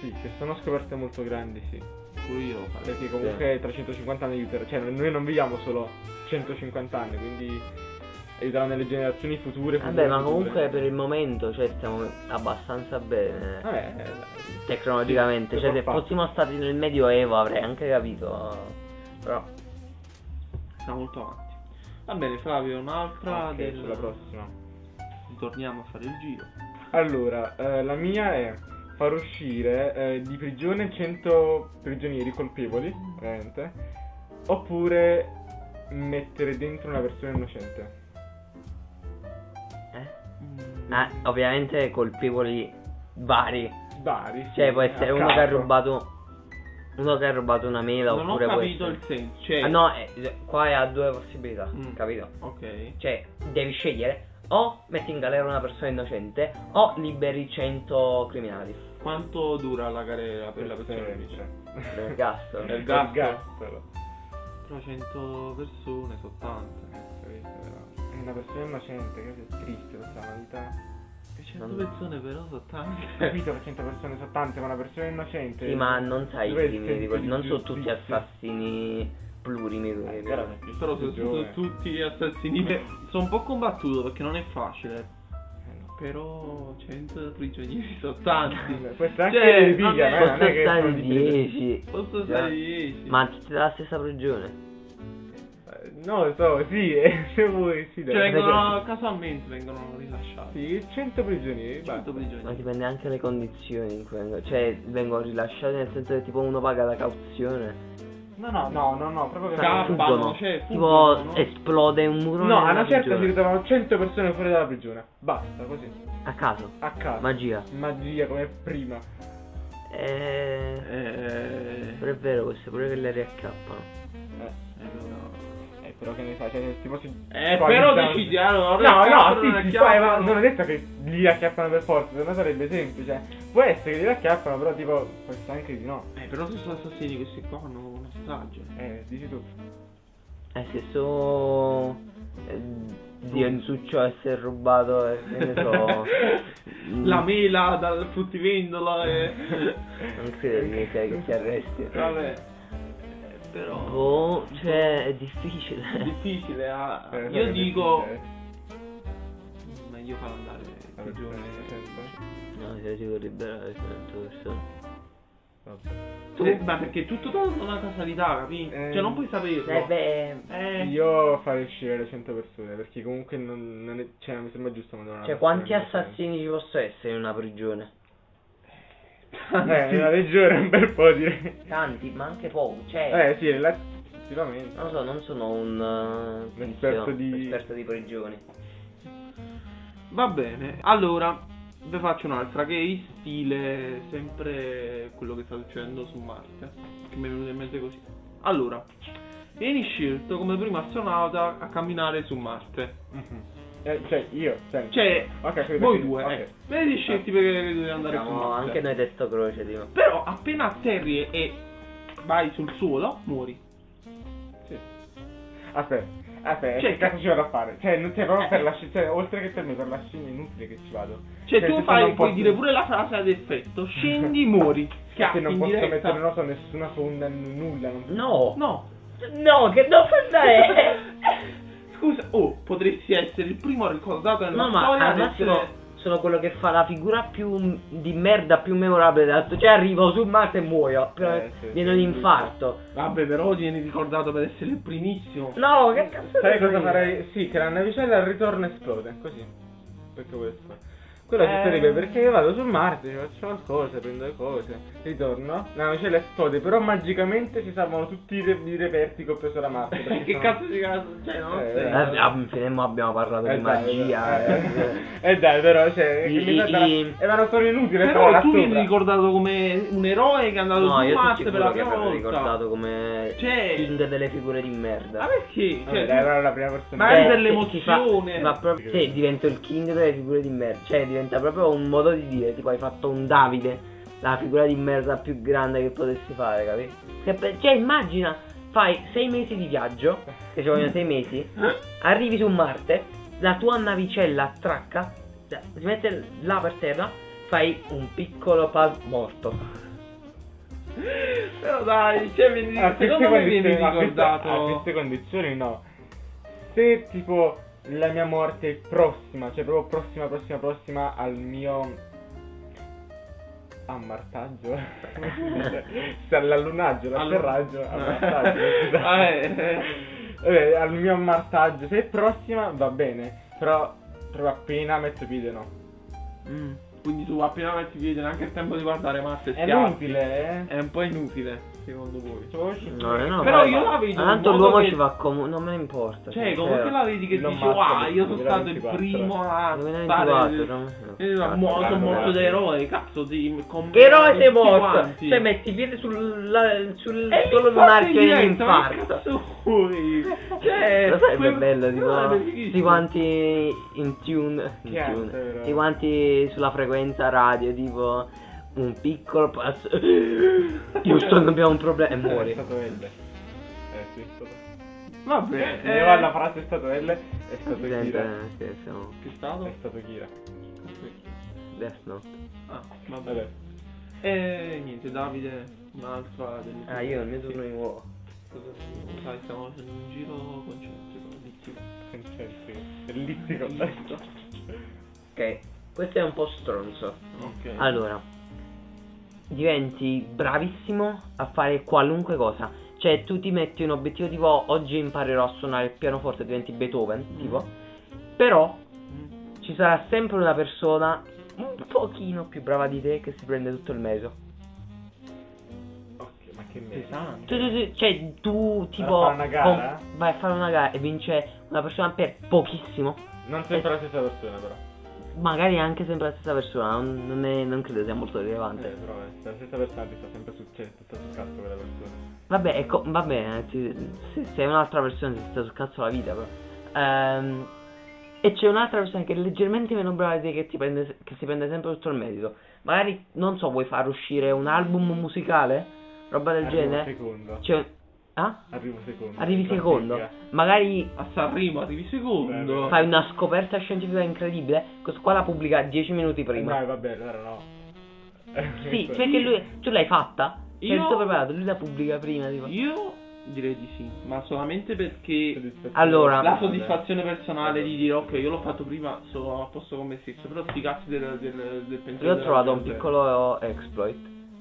[SPEAKER 1] Sì, se sono scoperte molto grandi, sì.
[SPEAKER 3] Pure io lo farei
[SPEAKER 1] Perché comunque tra 150 anni aiuterà. Cioè, noi non viviamo solo 150 anni, quindi aiuteranno le generazioni future.
[SPEAKER 2] Vabbè,
[SPEAKER 1] future,
[SPEAKER 2] ma
[SPEAKER 1] future.
[SPEAKER 2] comunque per il momento, cioè, stiamo abbastanza bene.
[SPEAKER 1] Vabbè, eh, dai.
[SPEAKER 2] Tecnologicamente,
[SPEAKER 1] Sì,
[SPEAKER 2] cioè se
[SPEAKER 1] per fatto.
[SPEAKER 2] fossimo stati nel medioevo avrei anche capito. Però.
[SPEAKER 3] siamo molto avanti va bene Flavio un'altra
[SPEAKER 1] Ok,
[SPEAKER 3] del-
[SPEAKER 1] sulla prossima.
[SPEAKER 3] torniamo a fare il giro
[SPEAKER 1] Allora, eh, la mia è far uscire eh, di prigione 100 prigionieri colpevoli, ovviamente, oppure mettere dentro una persona innocente.
[SPEAKER 2] Eh?
[SPEAKER 3] Mm.
[SPEAKER 2] Ah, ovviamente colpevoli vari.
[SPEAKER 1] Vari. sì,
[SPEAKER 2] Cioè, può essere
[SPEAKER 1] a
[SPEAKER 2] uno che ha
[SPEAKER 1] caso.
[SPEAKER 2] rubato. Uno che ha rubato una mela
[SPEAKER 3] non ho
[SPEAKER 2] oppure Ah,
[SPEAKER 3] capito
[SPEAKER 2] questo.
[SPEAKER 3] il senso cioè
[SPEAKER 2] Ah, no, eh, qua ha due possibilità,
[SPEAKER 3] Mm.
[SPEAKER 2] capito?
[SPEAKER 3] ok
[SPEAKER 2] Cioè, devi scegliere. o metti in galera una persona innocente o liberi 100 criminali.
[SPEAKER 3] Quanto dura la carriera per la cioè, persona che vince?
[SPEAKER 2] Del
[SPEAKER 1] L'ergastolo.
[SPEAKER 2] gasto.
[SPEAKER 3] Eh.
[SPEAKER 1] L'ergastolo.
[SPEAKER 3] Però 100 persone sono tante. eh, capito?
[SPEAKER 1] È una persona innocente, che è triste questa vita.
[SPEAKER 3] E 100
[SPEAKER 2] Non-
[SPEAKER 3] persone però sono tante.
[SPEAKER 1] Capito che 100 persone sono tante, ma una persona innocente...
[SPEAKER 2] Sì, ma non sai i
[SPEAKER 1] Dove è il
[SPEAKER 2] crimini di
[SPEAKER 1] senso
[SPEAKER 2] quelli,
[SPEAKER 1] di
[SPEAKER 2] non sono tutti
[SPEAKER 1] giustizia?
[SPEAKER 2] assassini plurimi.
[SPEAKER 1] Eh,
[SPEAKER 2] quindi-
[SPEAKER 1] veramente,
[SPEAKER 3] Però sono
[SPEAKER 1] giovane.
[SPEAKER 3] tutti, tutti assassini. Beh, Sono un po' combattuto perché non è facile.
[SPEAKER 1] Eh, no.
[SPEAKER 3] Però 100 prigionieri sono tanti.
[SPEAKER 1] Questa è anche
[SPEAKER 3] Cioè,
[SPEAKER 1] di
[SPEAKER 3] non
[SPEAKER 1] piglia,
[SPEAKER 3] è-
[SPEAKER 1] no?
[SPEAKER 2] Posso
[SPEAKER 1] non è che
[SPEAKER 2] stare
[SPEAKER 1] sono
[SPEAKER 2] in
[SPEAKER 1] di piglia.
[SPEAKER 2] 10.
[SPEAKER 3] Posso
[SPEAKER 2] Già.
[SPEAKER 3] stare 10.
[SPEAKER 2] Ma tutti dalla stessa prigione.
[SPEAKER 1] Eh, No, lo so, sì, eh, se vuoi, sì,
[SPEAKER 3] Cioè,
[SPEAKER 1] dai.
[SPEAKER 3] vengono casualmente vengono rilasciati.
[SPEAKER 1] Sì, 100 prigionieri,
[SPEAKER 3] 100
[SPEAKER 1] basta.
[SPEAKER 2] Ma
[SPEAKER 3] prigionieri.
[SPEAKER 2] dipende anche dalle condizioni in cui vengono. Cioè, vengono rilasciati nel senso che tipo uno paga la cauzione.
[SPEAKER 1] No, no, no, no, no, proprio che-
[SPEAKER 2] Cazzo.
[SPEAKER 3] Scappano, cioè,
[SPEAKER 2] Tipo
[SPEAKER 3] fuggono, no?
[SPEAKER 2] esplode un muro.
[SPEAKER 1] No,
[SPEAKER 2] nella
[SPEAKER 1] a una certa si
[SPEAKER 2] prigione.
[SPEAKER 1] ritrovano 100 persone fuori dalla prigione. Basta, così.
[SPEAKER 2] A caso.
[SPEAKER 1] A caso.
[SPEAKER 2] Magia.
[SPEAKER 1] Magia come prima.
[SPEAKER 2] Eh.
[SPEAKER 3] Eh,
[SPEAKER 2] Però è vero questo, pure che le riaccappano.
[SPEAKER 1] Eh,
[SPEAKER 3] eh, no.
[SPEAKER 1] eh, però che ne sai, cioè, tipo si...
[SPEAKER 3] Eh,
[SPEAKER 1] poi
[SPEAKER 3] però
[SPEAKER 1] diciamo-
[SPEAKER 3] decidiamo.
[SPEAKER 1] No, no, sì, sì, poi, ma
[SPEAKER 3] non
[SPEAKER 1] non ho detto che li acchiappano per forza, se no sarebbe semplice. Può essere che li acchiappano, però tipo, può essere anche di no.
[SPEAKER 3] Eh, però se sono assassini questi qua hanno uno strage.
[SPEAKER 1] Eh, dici tu.
[SPEAKER 2] Eh, se so. eh, Dio in succio essere rubato e che ne so. Mm.
[SPEAKER 3] La mela dal fruttivendolo e...
[SPEAKER 2] Non credo che, che ti arresti.
[SPEAKER 3] Vabbè. Eh, Però...
[SPEAKER 2] Boh, cioè, è
[SPEAKER 3] È
[SPEAKER 2] difficile.
[SPEAKER 3] difficile, ah.
[SPEAKER 1] Eh, sai
[SPEAKER 3] Io
[SPEAKER 1] che
[SPEAKER 3] dico...
[SPEAKER 1] dici,
[SPEAKER 3] Meglio farlo andare
[SPEAKER 1] eh,
[SPEAKER 3] in
[SPEAKER 1] vabbè,
[SPEAKER 3] prigione.
[SPEAKER 1] nel senso,
[SPEAKER 2] No, cioè, se devo liberare cento persone.
[SPEAKER 1] vabbè.
[SPEAKER 3] Tu- eh, ma perché è tutto torna una casualità, capi?
[SPEAKER 1] Eh.
[SPEAKER 3] Cioè, non puoi saperlo.
[SPEAKER 2] Eh beh,
[SPEAKER 3] Eh.
[SPEAKER 1] Io farei uscire le 100 persone, perché comunque non, non è, cioè, non mi sembra giusto mandare una
[SPEAKER 2] cioè
[SPEAKER 1] persona
[SPEAKER 2] quanti
[SPEAKER 1] innocente.
[SPEAKER 2] assassini ci possono essere in una prigione?
[SPEAKER 1] Eh, nella regione un bel po'
[SPEAKER 2] Eh.
[SPEAKER 1] direi.
[SPEAKER 2] Tanti, ma anche pochi, cioè...
[SPEAKER 1] Eh, sì, rela- effettivamente.
[SPEAKER 2] Non lo so, non sono un... eh, tizio,
[SPEAKER 1] esperto di-
[SPEAKER 2] esperto di prigioni.
[SPEAKER 3] Va bene, allora vi faccio un'altra che è in stile sempre quello che sta succedendo su Marte, che mi è venuto in mente così. Allora, vieni scelto come primo astronauta a camminare su Marte.
[SPEAKER 1] Mhm. Eh, cioè, io, cioè...
[SPEAKER 3] Cioè,
[SPEAKER 1] ok, capito,
[SPEAKER 3] voi
[SPEAKER 1] sì,
[SPEAKER 3] due,
[SPEAKER 1] ok. Ah.
[SPEAKER 3] eh, venite scelti perché dovete andare su
[SPEAKER 2] Siamo
[SPEAKER 3] Marte.
[SPEAKER 2] anche noi testo croce, tipo.
[SPEAKER 3] Però appena atterri e vai sul suolo, muori.
[SPEAKER 1] Sì. Aspetta. Aspetta,
[SPEAKER 3] Cioè,
[SPEAKER 1] che cazzo ci vado a fare? Cioè, non cioè, proprio
[SPEAKER 3] Eh.
[SPEAKER 1] per la sci- cioè, oltre che per me, per la scimmia è inutile che ci vado. Cioè,
[SPEAKER 3] Cioè,
[SPEAKER 1] se
[SPEAKER 3] tu
[SPEAKER 1] tu
[SPEAKER 3] fai,
[SPEAKER 1] non
[SPEAKER 3] puoi
[SPEAKER 1] porti-
[SPEAKER 3] dire pure la frase ad effetto, scendi, muori.
[SPEAKER 1] Perché
[SPEAKER 3] Schiaffi
[SPEAKER 1] Cioè, non
[SPEAKER 3] in
[SPEAKER 1] posso
[SPEAKER 3] diretta.
[SPEAKER 1] mettere, non so, nessuna fonda, n- nulla. Non...
[SPEAKER 2] No!
[SPEAKER 3] No,
[SPEAKER 2] No, che devo fare?
[SPEAKER 3] Scusa, oh, potresti essere il primo ricordato nella
[SPEAKER 2] No, ma
[SPEAKER 3] storia
[SPEAKER 2] al
[SPEAKER 3] ad
[SPEAKER 2] massimo
[SPEAKER 3] essere-
[SPEAKER 2] sono quello che fa la figura più di merda più memorabile dell'altro. Cioè arrivo su Marte e muoio. però
[SPEAKER 1] Eh, sì,
[SPEAKER 2] viene
[SPEAKER 1] sì,
[SPEAKER 2] un
[SPEAKER 1] sì.
[SPEAKER 2] infarto.
[SPEAKER 3] Vabbè, però vieni ricordato per essere il primissimo.
[SPEAKER 2] No, che cazzo
[SPEAKER 1] Sai
[SPEAKER 2] di
[SPEAKER 1] cosa
[SPEAKER 2] frega?
[SPEAKER 1] farei? Sì, che la navicella al ritorno esplode, così. Perché questo. Quello ci
[SPEAKER 2] Eh.
[SPEAKER 1] sarebbe perché io vado su Marte, ci faccio qualcosa, prendo le cose, ritorno, la navicella esplode, però magicamente ci salvano tutti i, re- i reperti che ho preso da Marte. perché
[SPEAKER 3] che
[SPEAKER 2] Esatto.
[SPEAKER 1] sono-
[SPEAKER 3] cazzo di cazzo? Cioè, non
[SPEAKER 1] Eh,
[SPEAKER 3] sei-
[SPEAKER 1] eh.
[SPEAKER 2] Eh, ab- finiamo- abbiamo parlato
[SPEAKER 1] Eh,
[SPEAKER 2] di
[SPEAKER 1] dai,
[SPEAKER 2] magia.
[SPEAKER 1] dai.
[SPEAKER 2] eh.
[SPEAKER 1] Eh dai, però, cioè,
[SPEAKER 2] I-
[SPEAKER 1] che mi sa
[SPEAKER 2] i-
[SPEAKER 1] dalla-
[SPEAKER 2] i-
[SPEAKER 1] era solo inutile. però
[SPEAKER 3] Però
[SPEAKER 1] là
[SPEAKER 3] tu vieni
[SPEAKER 1] sopra.
[SPEAKER 3] ricordato come un eroe che è andato
[SPEAKER 2] No,
[SPEAKER 3] su
[SPEAKER 2] io sono
[SPEAKER 3] Marte per la
[SPEAKER 2] sicuro che
[SPEAKER 3] prima
[SPEAKER 2] avrei
[SPEAKER 3] volta.
[SPEAKER 2] ricordato come
[SPEAKER 3] Cioè-
[SPEAKER 2] king delle figure di
[SPEAKER 3] Ma
[SPEAKER 2] merda.
[SPEAKER 3] perché?
[SPEAKER 1] Vabbè,
[SPEAKER 3] Cioè,
[SPEAKER 1] dai, era la prima persona. Eh.
[SPEAKER 3] magari
[SPEAKER 2] Cioè,
[SPEAKER 3] per
[SPEAKER 2] sì,
[SPEAKER 3] l'emozione.
[SPEAKER 2] si fa- ma proprio- sì, divento il king delle figure di merda. Cioè, diventa proprio un modo di dire, tipo hai fatto un Davide, la figura di merda più grande che potessi fare, capi? Se per- Cioè, immagina, fai sei mesi di viaggio, che ci vogliono sei mesi,
[SPEAKER 3] Eh?
[SPEAKER 2] arrivi su Marte, la tua navicella attracca, cioè, si mette là per terra, fai un piccolo pal morto.
[SPEAKER 3] Però dai, cioè, vieni...
[SPEAKER 1] a Ah, queste,
[SPEAKER 3] secondo me vieni
[SPEAKER 1] condizioni, a queste- a
[SPEAKER 3] ricordato.
[SPEAKER 1] queste condizioni no. Se tipo la mia morte è prossima, cioè proprio prossima, prossima, prossima al mio ammartaggio, Cioè, all'allunaggio,
[SPEAKER 3] Allu-
[SPEAKER 1] all'atterraggio, ammartaggio, scusate.
[SPEAKER 3] Vabbè.
[SPEAKER 1] Vabbè, al mio ammartaggio, se è prossima va bene, però proprio appena metto piede no.
[SPEAKER 3] Mm, Quindi tu appena metti piede neanche il tempo di guardare Marte
[SPEAKER 1] È
[SPEAKER 3] schiaffi.
[SPEAKER 1] inutile, eh?
[SPEAKER 3] È un po' inutile. secondo voi?
[SPEAKER 1] Cioè, volevo uscire.
[SPEAKER 2] No, eh, no,
[SPEAKER 3] Però
[SPEAKER 2] vabbè,
[SPEAKER 3] io
[SPEAKER 2] ma-
[SPEAKER 3] la vedo
[SPEAKER 2] ma
[SPEAKER 3] in
[SPEAKER 2] Tanto
[SPEAKER 3] modo
[SPEAKER 2] l'uomo
[SPEAKER 3] che-
[SPEAKER 2] ci va comunque. Non me ne importa.
[SPEAKER 3] Cioè, come
[SPEAKER 2] sincero.
[SPEAKER 3] che la vedi che
[SPEAKER 1] Non
[SPEAKER 3] dici,
[SPEAKER 1] mazza,
[SPEAKER 3] ah, io sono
[SPEAKER 1] veramente
[SPEAKER 3] stato
[SPEAKER 1] 24.
[SPEAKER 3] il primo a
[SPEAKER 2] Non me ne
[SPEAKER 3] fare...
[SPEAKER 2] importa,
[SPEAKER 3] il-
[SPEAKER 2] no?
[SPEAKER 3] Eh, ma
[SPEAKER 2] Cazzo,
[SPEAKER 3] muo-
[SPEAKER 2] cazzo,
[SPEAKER 3] sono morto
[SPEAKER 2] cazzo.
[SPEAKER 3] da eroe, cazzo, sì, con
[SPEAKER 2] Che eroe sei
[SPEAKER 3] tutti
[SPEAKER 2] morto!
[SPEAKER 3] quanti.
[SPEAKER 2] Cioè, metti piede sul, la, sul
[SPEAKER 3] E
[SPEAKER 2] solo
[SPEAKER 3] l'infarto
[SPEAKER 2] marchio
[SPEAKER 3] diventa, ma che
[SPEAKER 2] dell'infarto.
[SPEAKER 3] cazzo vuoi? Cioè,
[SPEAKER 2] Lo sai, che
[SPEAKER 3] quel-
[SPEAKER 2] bello,
[SPEAKER 3] Ah,
[SPEAKER 2] tipo,
[SPEAKER 3] bellissimo.
[SPEAKER 2] tutti quanti in tune, in
[SPEAKER 1] Che
[SPEAKER 2] tune,
[SPEAKER 1] altro,
[SPEAKER 2] tutti quanti sulla frequenza radio, tipo, un piccolo passo, Houston abbiamo un problema, e
[SPEAKER 1] È
[SPEAKER 2] muori.
[SPEAKER 1] stato L. Eh, sì, è stato.
[SPEAKER 3] Vabbè,
[SPEAKER 1] Eh,
[SPEAKER 3] eh,
[SPEAKER 1] eh, la frase è stato L, è stato Kira.
[SPEAKER 2] Sente, eh, sì, siamo,
[SPEAKER 3] Che stato?
[SPEAKER 1] È stato Kira.
[SPEAKER 2] Death Note.
[SPEAKER 3] Ah, vabbè.
[SPEAKER 1] Vabbè.
[SPEAKER 3] E niente, Davide, un'altra delle
[SPEAKER 2] Ah, io il mio turno in uovo.
[SPEAKER 3] Cosa- Sai, stiamo facendo un giro concentrico, littico.
[SPEAKER 1] Concentrico. Ellittico.
[SPEAKER 3] Esatto.
[SPEAKER 2] Ok, questo è un po' stronzo.
[SPEAKER 3] Ok.
[SPEAKER 2] Allora, diventi bravissimo a fare qualunque cosa. Cioè, tu ti metti un obiettivo tipo oggi imparerò a suonare il pianoforte, diventi Beethoven,
[SPEAKER 3] Mm.
[SPEAKER 2] tipo. Però
[SPEAKER 3] Mm.
[SPEAKER 2] ci sarà sempre una persona un pochino più brava di te che si prende tutto il merito.
[SPEAKER 1] Ok, ma che merda.
[SPEAKER 2] Tu-
[SPEAKER 3] Pesante.
[SPEAKER 2] tu- tu- cioè, tu tipo
[SPEAKER 1] fare una gara?
[SPEAKER 2] con- vai a fare una gara e vince una persona per pochissimo.
[SPEAKER 1] Non sempre la stessa persona, però.
[SPEAKER 2] Magari anche sempre la stessa persona, non, non è- non credo sia molto rilevante.
[SPEAKER 1] Eh, però, eh, se la stessa persona ti sta sempre su, cioè, ti sta sul cazzo quella persona.
[SPEAKER 2] Vabbè, ecco, va bene, ti- se sei un'altra persona ti sta sul cazzo la vita, però. Ehm, e c'è un'altra persona che è leggermente meno brava di te che, ti prende, che si prende sempre tutto il merito. Magari, non so, vuoi far uscire un album musicale? Roba del
[SPEAKER 1] Arrivo
[SPEAKER 2] genere?
[SPEAKER 1] secondo.
[SPEAKER 2] C'è... Ah?
[SPEAKER 1] Arrivo secondo. eh,
[SPEAKER 2] Arrivi
[SPEAKER 1] In
[SPEAKER 2] secondo.
[SPEAKER 1] classifica.
[SPEAKER 2] Magari
[SPEAKER 3] A Sanremo arrivi secondo.
[SPEAKER 1] Beh,
[SPEAKER 2] Eh, fai una scoperta scientifica incredibile, questo qua la pubblica 10 minuti prima.
[SPEAKER 1] Dai, vabbè, allora no.
[SPEAKER 2] Sì, perché lui... Tu l'hai fatta? Cioè,
[SPEAKER 3] Io-
[SPEAKER 2] tutto preparato, lui la pubblica prima, tipo...
[SPEAKER 3] Io direi di sì, ma solamente perché
[SPEAKER 1] Soddisfazione.
[SPEAKER 2] Allora-
[SPEAKER 3] la soddisfazione personale di dire ok, io l'ho fatto prima, sono a posto con me stesso, però sti cazzi del, del, del pensiero.
[SPEAKER 2] Io ho
[SPEAKER 3] della
[SPEAKER 2] trovato un
[SPEAKER 3] gente.
[SPEAKER 2] piccolo exploit.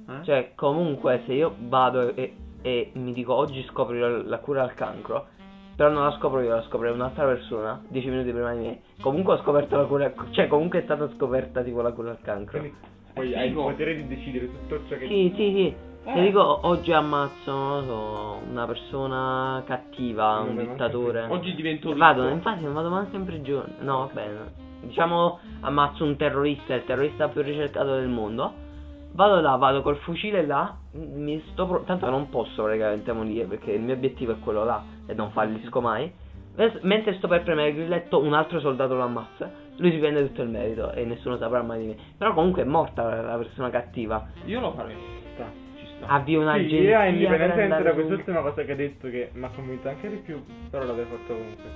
[SPEAKER 3] Eh?
[SPEAKER 2] Cioè, comunque, se io vado e, e mi dico oggi scoprirò la cura al cancro, però non la scopro io, la scopre un'altra persona, 10 minuti prima di me. Comunque ho scoperto la cura, cioè comunque è stata scoperta tipo la cura al cancro.
[SPEAKER 1] Quindi poi
[SPEAKER 3] Eh,
[SPEAKER 1] hai il
[SPEAKER 3] figo.
[SPEAKER 1] potere di decidere tutto ciò che
[SPEAKER 2] Sì, sì, sì. Se
[SPEAKER 3] Eh.
[SPEAKER 2] dico oggi ammazzo, non lo so, una persona cattiva,
[SPEAKER 1] Non
[SPEAKER 2] un
[SPEAKER 1] l'avevo
[SPEAKER 2] dittatore.
[SPEAKER 1] anche
[SPEAKER 3] Oggi divento ricco.
[SPEAKER 2] Vado, infatti non vado neanche in prigione. No, va bene. Diciamo ammazzo un terrorista, il terrorista più ricercato del mondo. Vado là, vado col fucile là, mi sto pro- tanto non posso praticamente morire perché il mio obiettivo è quello là e non fallisco mai. Mes- Mentre sto per premere il grilletto un altro soldato lo ammazza, lui si prende tutto il merito e nessuno saprà mai di me. Però comunque è morta la, la persona cattiva.
[SPEAKER 3] Io lo farei.
[SPEAKER 1] sta.
[SPEAKER 3] Ci sta.
[SPEAKER 2] Avvia
[SPEAKER 1] Sì, eh,
[SPEAKER 2] un'agenzia
[SPEAKER 1] io
[SPEAKER 2] per
[SPEAKER 1] indipendentemente
[SPEAKER 2] andare
[SPEAKER 1] da
[SPEAKER 2] su-
[SPEAKER 1] quest'ultima cosa che hai detto che mi ha convinto anche di più, però l'avrei fatto comunque.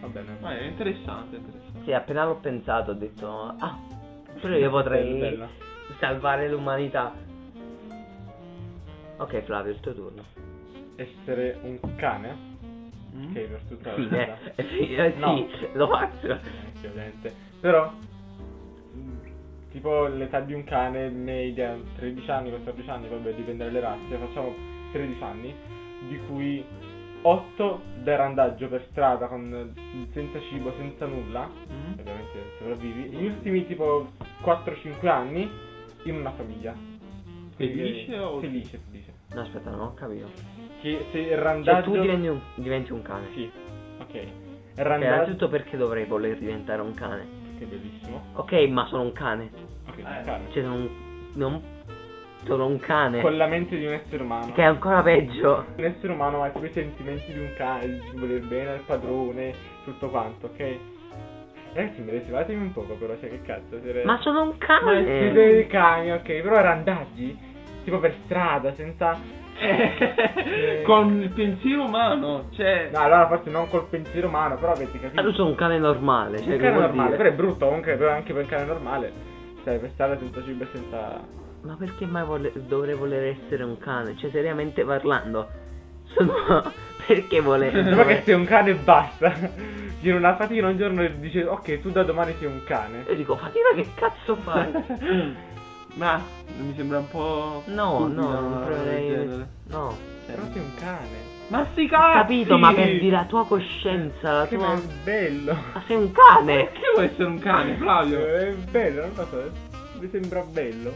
[SPEAKER 1] Va bene.
[SPEAKER 3] Ma è interessante, interessante.
[SPEAKER 2] Sì, appena l'ho pensato ho detto ah, però io
[SPEAKER 1] Bello,
[SPEAKER 2] potrei
[SPEAKER 1] bello.
[SPEAKER 2] salvare l'umanità. Ok Flavio, il tuo turno.
[SPEAKER 1] Essere un cane,
[SPEAKER 3] Mm?
[SPEAKER 1] che è per tutta la
[SPEAKER 2] Sì,
[SPEAKER 1] vita.
[SPEAKER 2] eh, sì, eh, sì,
[SPEAKER 1] No.
[SPEAKER 2] lo faccio.
[SPEAKER 1] Anche, ovviamente. Però, mh, tipo l'età di un cane, media 13 anni, 14 anni, vabbè, dipende dalle razze, facciamo 13 anni, di cui 8 da randaggio per strada, con, senza cibo, senza nulla,
[SPEAKER 3] Mm?
[SPEAKER 1] ovviamente sopravvivi, gli ultimi tipo 4-5 anni in una famiglia. Quindi-
[SPEAKER 3] Felice o-
[SPEAKER 1] Felice, felice.
[SPEAKER 2] No, aspetta, non ho capito.
[SPEAKER 1] Che se il
[SPEAKER 2] Cioè
[SPEAKER 1] randaggio...
[SPEAKER 2] tu diventi un, diventi un cane.
[SPEAKER 1] Sì, ok. Il
[SPEAKER 2] Ok,
[SPEAKER 1] Randaggio...
[SPEAKER 2] innanzitutto perché dovrei voler diventare un cane?
[SPEAKER 1] Che è bellissimo.
[SPEAKER 2] Ok, ma sono un cane.
[SPEAKER 1] Ok,
[SPEAKER 3] Eh.
[SPEAKER 1] cane.
[SPEAKER 2] Cioè sono un... non- sono un cane.
[SPEAKER 1] Con la mente di un essere umano.
[SPEAKER 2] Che è ancora peggio.
[SPEAKER 1] Un essere umano ha tipo i sentimenti di un cane, di voler bene al padrone, tutto quanto, ok? Ragazzi, merezivatemi un poco però, cioè che cazzo? siete-
[SPEAKER 2] Ma sono un
[SPEAKER 1] Ma
[SPEAKER 2] cane.
[SPEAKER 1] siete dei cani, ok, però randaggi, tipo per strada, senza...
[SPEAKER 3] Eh, Con il pensiero umano, cioè...
[SPEAKER 1] No, allora forse non col pensiero umano, però avete capito.
[SPEAKER 2] Ma Ah, tu sono un cane normale. Cioè,
[SPEAKER 1] un
[SPEAKER 2] che
[SPEAKER 1] cane
[SPEAKER 2] vuol
[SPEAKER 1] normale,
[SPEAKER 2] dire?
[SPEAKER 1] però è brutto comunque, però anche per un cane normale, stai per strada senza cibo e senza...
[SPEAKER 2] Ma perché mai vole- dovrei voler essere un cane? Cioè, seriamente parlando, sono... perché voler...
[SPEAKER 1] Sembra che sei un cane e basta. Viene una fatica un giorno e dice, ok, tu da domani sei un cane.
[SPEAKER 2] Io dico, fatica che cazzo fai?
[SPEAKER 3] Ma mi sembra un po'...
[SPEAKER 2] No,
[SPEAKER 3] stupido,
[SPEAKER 2] no, non Ah,
[SPEAKER 3] del
[SPEAKER 2] proverei...
[SPEAKER 3] genere.
[SPEAKER 2] No.
[SPEAKER 1] Però sei un cane.
[SPEAKER 3] Ma sti
[SPEAKER 2] Ho
[SPEAKER 3] cazzi!
[SPEAKER 2] capito, ma per dire la tua coscienza, la
[SPEAKER 1] Che
[SPEAKER 2] tua...
[SPEAKER 1] è bello.
[SPEAKER 2] Ma sei un cane!
[SPEAKER 3] Perché vuoi essere un cane, Flavio?
[SPEAKER 1] È bello, non lo so. Mi sembra bello.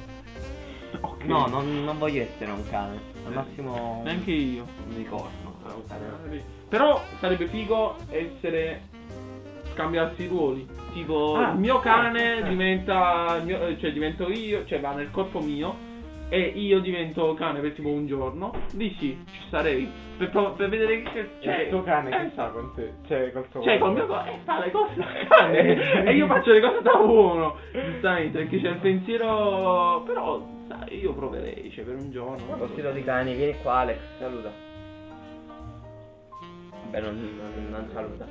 [SPEAKER 3] Ok.
[SPEAKER 2] No, non, non voglio essere un cane. Al massimo
[SPEAKER 3] Neanche io.
[SPEAKER 2] un ricordo.
[SPEAKER 3] Ah, ok. Però sarebbe figo essere scambiarsi i ruoli. Tipo
[SPEAKER 1] Ah,
[SPEAKER 3] il mio
[SPEAKER 2] certo,
[SPEAKER 3] cane
[SPEAKER 1] eh, eh.
[SPEAKER 3] diventa il mio- cioè divento io, cioè va nel corpo mio e io divento cane per tipo un giorno. Lì sì, ci sarei per, pro- per vedere che
[SPEAKER 1] Cioè,
[SPEAKER 3] c'è
[SPEAKER 1] il tuo cane che
[SPEAKER 3] eh,
[SPEAKER 1] sta con te? Cioè, col tuo
[SPEAKER 3] Cioè, col mio co- eh, fa le cose da cane. e io faccio le cose da uomo. Giustamente, perché c'è il pensiero. Però, sai, io proverei, cioè, per un giorno.
[SPEAKER 2] Un Consiglio di cani, vieni qua Alex, saluta. Beh, non, non- non saluta.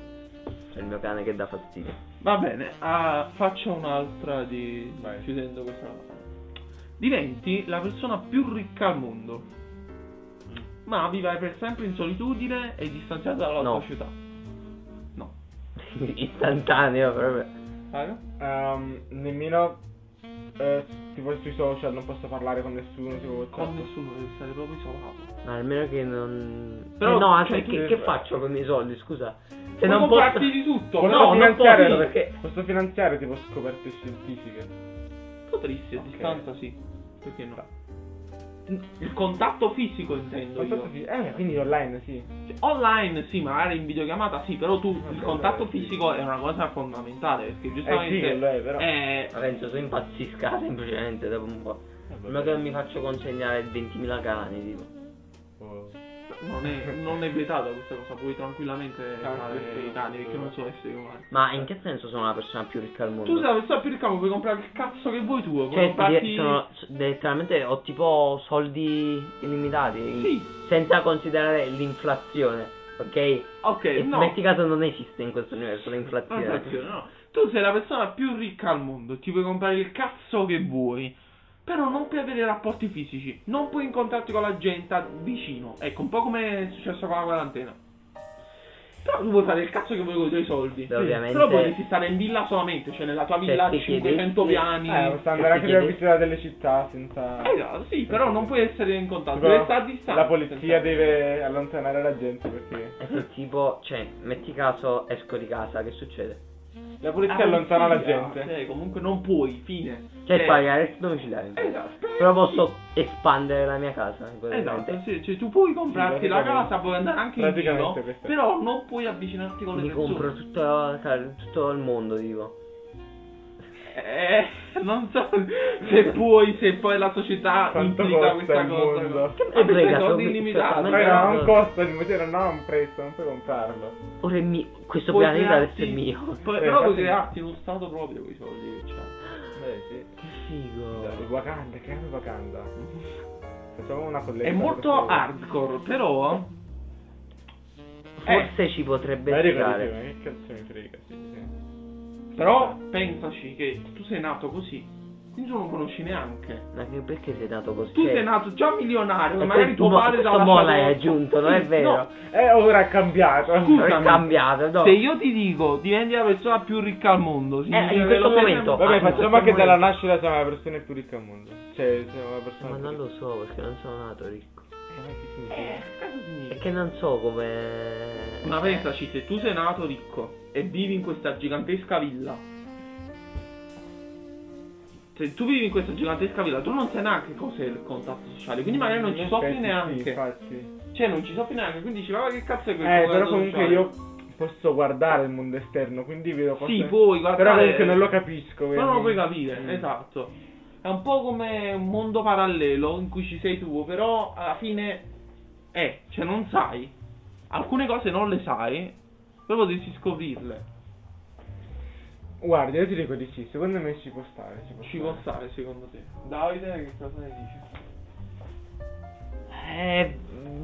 [SPEAKER 2] C'è il mio cane che dà fastidio.
[SPEAKER 3] Va bene, ah, faccio un'altra di...
[SPEAKER 1] Vai.
[SPEAKER 3] chiudendo questa Diventi la persona più ricca al mondo,
[SPEAKER 2] Mm.
[SPEAKER 3] ma vivrai per sempre in solitudine e distanziata dalla
[SPEAKER 2] No.
[SPEAKER 3] società. No.
[SPEAKER 2] Istantaneo proprio.
[SPEAKER 3] Vale?
[SPEAKER 1] Ehm, nemmeno eh, tipo sui social non posso parlare con nessuno, tipo cioè,
[SPEAKER 3] Con
[SPEAKER 1] WhatsApp.
[SPEAKER 3] nessuno devi stare proprio isolato.
[SPEAKER 2] Ma almeno che non.
[SPEAKER 3] Però-
[SPEAKER 2] Eh no, anche
[SPEAKER 3] cioè,
[SPEAKER 2] che,
[SPEAKER 1] tu-
[SPEAKER 2] che faccio con i miei soldi, scusa? Se
[SPEAKER 3] Puoi
[SPEAKER 2] non
[SPEAKER 3] comprarti
[SPEAKER 2] posso.
[SPEAKER 3] di tutto,
[SPEAKER 2] Con-
[SPEAKER 3] no?
[SPEAKER 1] Posso
[SPEAKER 2] non
[SPEAKER 1] finanziare,
[SPEAKER 2] posso, perché-
[SPEAKER 1] posso finanziare tipo scoperte scientifiche.
[SPEAKER 3] Potresti, a
[SPEAKER 1] Ok.
[SPEAKER 3] distanza sì. Perché no? Il contatto fisico intendo
[SPEAKER 1] Contatto fi-
[SPEAKER 3] io.
[SPEAKER 1] eh, quindi online sì.
[SPEAKER 3] Cioè, Online sì, magari in videochiamata sì, però tu
[SPEAKER 1] Vabbè,
[SPEAKER 3] il contatto
[SPEAKER 1] vabbè, sì.
[SPEAKER 3] fisico è una cosa fondamentale perché
[SPEAKER 1] Eh sì, che lo
[SPEAKER 3] giustamente...
[SPEAKER 1] è, però.
[SPEAKER 3] eh,
[SPEAKER 2] Ma Penso se impazzisca semplicemente dopo un po'. Prima che non mi faccio consegnare 20.000 cani, tipo.
[SPEAKER 1] Oh.
[SPEAKER 3] non, è, non è vietata questa cosa, puoi tranquillamente
[SPEAKER 1] Ah,
[SPEAKER 3] fare
[SPEAKER 1] sì,
[SPEAKER 3] i cani perché
[SPEAKER 1] sì.
[SPEAKER 3] non sono esseri umani.
[SPEAKER 2] Ma in che senso sono la persona più ricca al mondo?
[SPEAKER 3] Tu sei la persona più ricca, ma puoi comprare il cazzo che vuoi tu, puoi
[SPEAKER 2] Cioè,
[SPEAKER 3] comprarti...
[SPEAKER 2] di- sono, letteralmente ho tipo soldi illimitati,
[SPEAKER 3] Sì,
[SPEAKER 2] senza considerare l'inflazione, ok?
[SPEAKER 3] ok,
[SPEAKER 2] Il
[SPEAKER 3] no.
[SPEAKER 2] metti caso non esiste in questo universo l'inflazione.
[SPEAKER 3] Attenzione, no. Tu sei la persona più ricca al mondo, ti puoi comprare il cazzo che vuoi. Però non puoi avere rapporti fisici, non puoi incontrarti con la gente a- vicino. Ecco, un po' come è successo con la quarantena. Però tu puoi fare il cazzo che vuoi con i tuoi soldi.
[SPEAKER 2] Beh, ovviamente-
[SPEAKER 3] Però puoi stare in villa solamente, cioè nella tua
[SPEAKER 2] Cioè,
[SPEAKER 3] villa a
[SPEAKER 2] ti
[SPEAKER 3] 500
[SPEAKER 2] chiedi-
[SPEAKER 3] piani.
[SPEAKER 1] Eh, posso andare anche
[SPEAKER 2] se ti
[SPEAKER 1] per
[SPEAKER 2] chiedi-
[SPEAKER 1] visitare delle città senza.
[SPEAKER 3] Esatto, sì, però non puoi essere in contatto,
[SPEAKER 1] Tipo,
[SPEAKER 3] devi stare a distanza.
[SPEAKER 1] La polizia deve allontanare la gente perché.
[SPEAKER 2] E se tipo, cioè, metti caso esco di casa, che succede?
[SPEAKER 1] La polizia allontana la gente.
[SPEAKER 3] Cioè, Ah, comunque non puoi, fine.
[SPEAKER 2] Cioè,
[SPEAKER 3] Cioè,
[SPEAKER 2] pagare il arresto domiciliare.
[SPEAKER 3] Esatto.
[SPEAKER 2] Però posso espandere la mia casa. praticamente.
[SPEAKER 3] Esatto, sì, cioè tu puoi comprarti
[SPEAKER 1] Sì,
[SPEAKER 3] la
[SPEAKER 1] praticamente.
[SPEAKER 3] casa, puoi andare anche in
[SPEAKER 1] Praticamente
[SPEAKER 3] giro,
[SPEAKER 1] questo è.
[SPEAKER 3] però non puoi avvicinarti con le
[SPEAKER 2] Mi
[SPEAKER 3] persone.
[SPEAKER 2] compro tutto, cioè, tutto il mondo, tipo.
[SPEAKER 3] Eh, non so se puoi, se poi la società
[SPEAKER 1] Quanto
[SPEAKER 3] implica
[SPEAKER 1] costa
[SPEAKER 3] questa
[SPEAKER 1] il
[SPEAKER 3] cosa.
[SPEAKER 1] mondo?
[SPEAKER 3] Che
[SPEAKER 2] Eh, frega, cioè,
[SPEAKER 3] sono
[SPEAKER 2] sono-
[SPEAKER 3] illimitati.
[SPEAKER 2] sono-
[SPEAKER 1] Però
[SPEAKER 2] no,
[SPEAKER 1] no,
[SPEAKER 2] no.
[SPEAKER 1] non costa, il museo non ha un prezzo, non puoi comprarlo.
[SPEAKER 2] Ora è mio. Questo
[SPEAKER 3] puoi
[SPEAKER 2] pianeta adesso è
[SPEAKER 3] crearti-
[SPEAKER 2] mio.
[SPEAKER 3] puoi-
[SPEAKER 1] Eh,
[SPEAKER 3] però puoi
[SPEAKER 1] infatti-
[SPEAKER 3] crearti uno stato proprio con i soldi che c'hai.
[SPEAKER 1] Beh, sì.
[SPEAKER 2] Che figo.
[SPEAKER 1] Cioè, Wakanda, creiamo Wakanda. Facciamo una collezione.
[SPEAKER 3] È molto hardcore, però
[SPEAKER 2] Forse ci potrebbe
[SPEAKER 1] Beh, dico,
[SPEAKER 2] stare.
[SPEAKER 1] dico, che "Eh, cazzo mi frega, sì, sì.
[SPEAKER 3] però pensaci che tu sei nato così, quindi tu non conosci neanche.
[SPEAKER 2] Ma che- perché sei nato così?
[SPEAKER 3] Tu
[SPEAKER 2] Cioè,
[SPEAKER 3] sei nato già milionario,
[SPEAKER 2] ma
[SPEAKER 3] magari
[SPEAKER 2] questo
[SPEAKER 3] tuo
[SPEAKER 2] mo-
[SPEAKER 3] padre
[SPEAKER 2] questo
[SPEAKER 3] da
[SPEAKER 2] mo l'hai aggiunto, non è vero?
[SPEAKER 1] Eh, ora è cambiato.
[SPEAKER 3] Scusa.
[SPEAKER 2] è cambiato, no? Eh,
[SPEAKER 3] Se io ti dico diventi la persona più ricca al mondo, significa
[SPEAKER 2] in
[SPEAKER 3] che
[SPEAKER 2] questo
[SPEAKER 3] lo sei
[SPEAKER 2] momento-
[SPEAKER 3] sempre-
[SPEAKER 1] Vabbè,
[SPEAKER 2] Ah,
[SPEAKER 1] facciamo
[SPEAKER 2] questo
[SPEAKER 1] anche
[SPEAKER 2] è
[SPEAKER 1] dalla
[SPEAKER 2] molto-
[SPEAKER 1] nascita siamo la persona più ricca al mondo. Cioè, siamo la persona
[SPEAKER 2] Ma
[SPEAKER 1] più
[SPEAKER 2] non
[SPEAKER 1] ricca.
[SPEAKER 2] lo so perché non sono nato ricco.
[SPEAKER 1] Eh, ma che significa?
[SPEAKER 3] Eh, cosa significa?
[SPEAKER 2] Perché non so come.
[SPEAKER 3] Ma pensaci, se tu sei nato ricco e vivi in questa gigantesca villa, se tu vivi in questa gigantesca villa, tu non sai neanche cos'è il contatto sociale, quindi magari non ci
[SPEAKER 1] Eh, sì,
[SPEAKER 3] soffri
[SPEAKER 1] sì,
[SPEAKER 3] neanche.
[SPEAKER 1] infatti.
[SPEAKER 3] Cioè, non ci soffri neanche, quindi dici, ma che cazzo è questo?
[SPEAKER 1] Eh, però
[SPEAKER 3] contatto
[SPEAKER 1] comunque
[SPEAKER 3] sociale?"
[SPEAKER 1] io posso guardare il mondo esterno, quindi vedo cose...
[SPEAKER 3] Sì, puoi guardare...
[SPEAKER 1] Però comunque non lo capisco.
[SPEAKER 3] Però non
[SPEAKER 1] quindi-
[SPEAKER 3] lo puoi capire,
[SPEAKER 1] Mm.
[SPEAKER 3] esatto. È un po' come un mondo parallelo in cui ci sei tu, però alla fine è, cioè non sai. Alcune cose non le sai, però potresti scoprirle.
[SPEAKER 1] Guarda, io ti dico di sì, secondo me ci può stare. Ci può
[SPEAKER 3] Ci può
[SPEAKER 1] stare.
[SPEAKER 3] stare secondo te. Davide che cosa ne dici?
[SPEAKER 2] Eh.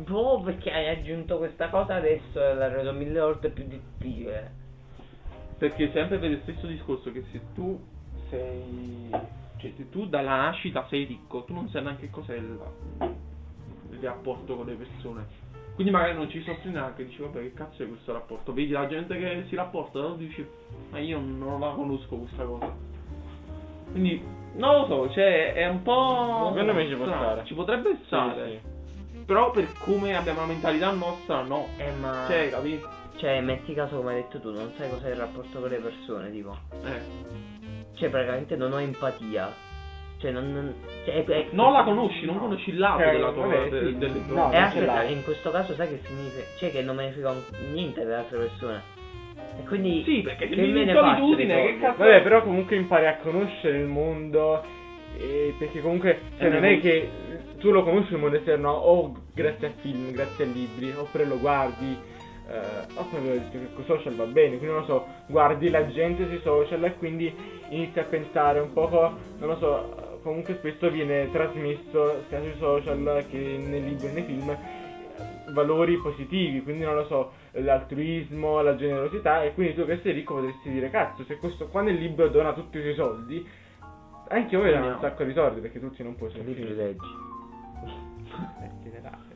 [SPEAKER 2] Boh, perché hai aggiunto questa cosa adesso e l'ha reso mille volte più difficile.
[SPEAKER 3] Perché sempre per il stesso discorso che se tu sei... Cioè se tu dalla nascita sei ricco, tu non sai neanche cos'è il, il rapporto con le persone. Quindi magari non ci soffri neanche, dici vabbè che cazzo è questo rapporto? Vedi la gente che si rapporta, allora dici ma io non la conosco questa cosa. Quindi non lo so, cioè è un po'...
[SPEAKER 1] Secondo me ci può
[SPEAKER 3] strano.
[SPEAKER 1] stare.
[SPEAKER 3] Ci potrebbe stare,
[SPEAKER 1] Sì, sì.
[SPEAKER 3] però per come abbiamo la mentalità nostra no.
[SPEAKER 2] Eh, ma.
[SPEAKER 3] Cioè, capito?
[SPEAKER 2] Cioè, metti caso come hai detto tu, non sai cos'è il rapporto con le persone, tipo.
[SPEAKER 3] Eh.
[SPEAKER 2] Cioè, praticamente non ho empatia. Cioè, non. non- cioè, è- è-
[SPEAKER 3] Non la conosci, non
[SPEAKER 1] No.
[SPEAKER 3] conosci il lato
[SPEAKER 1] Eh,
[SPEAKER 3] della tua
[SPEAKER 1] vabbè,
[SPEAKER 3] del-
[SPEAKER 1] sì.
[SPEAKER 3] del-
[SPEAKER 1] No,
[SPEAKER 2] E
[SPEAKER 1] non ce
[SPEAKER 2] Eh, aspetta,
[SPEAKER 1] l'hai.
[SPEAKER 2] in questo caso sai che significa? Cioè che non me ne frega un- niente per l'altra persona. E quindi.
[SPEAKER 3] Sì, perché
[SPEAKER 2] Che
[SPEAKER 3] lì
[SPEAKER 2] me ne
[SPEAKER 3] in
[SPEAKER 2] faccio
[SPEAKER 3] solitudine,
[SPEAKER 2] dei
[SPEAKER 3] che
[SPEAKER 2] soldi?
[SPEAKER 3] cazzo.
[SPEAKER 1] Vabbè, però comunque impari a conoscere il mondo. eh, perché comunque cioè,
[SPEAKER 3] Eh,
[SPEAKER 1] non
[SPEAKER 3] ma-
[SPEAKER 1] è che tu lo conosci il mondo esterno o grazie a film, grazie a libri, oppure lo guardi. eh, o come avevo detto che con social va bene, quindi non lo so, guardi la gente sui social e quindi inizi a pensare un poco, non lo so, comunque spesso viene trasmesso sia sui social che nei libri e nei film eh, valori positivi, quindi non lo so, l'altruismo, la generosità e quindi tu che sei ricco potresti dire cazzo se questo qua nel libro dona tutti i suoi soldi anche io voglio
[SPEAKER 3] No.
[SPEAKER 1] un sacco di soldi perché tutti non puoi
[SPEAKER 2] Li
[SPEAKER 1] sentire
[SPEAKER 2] privilegi.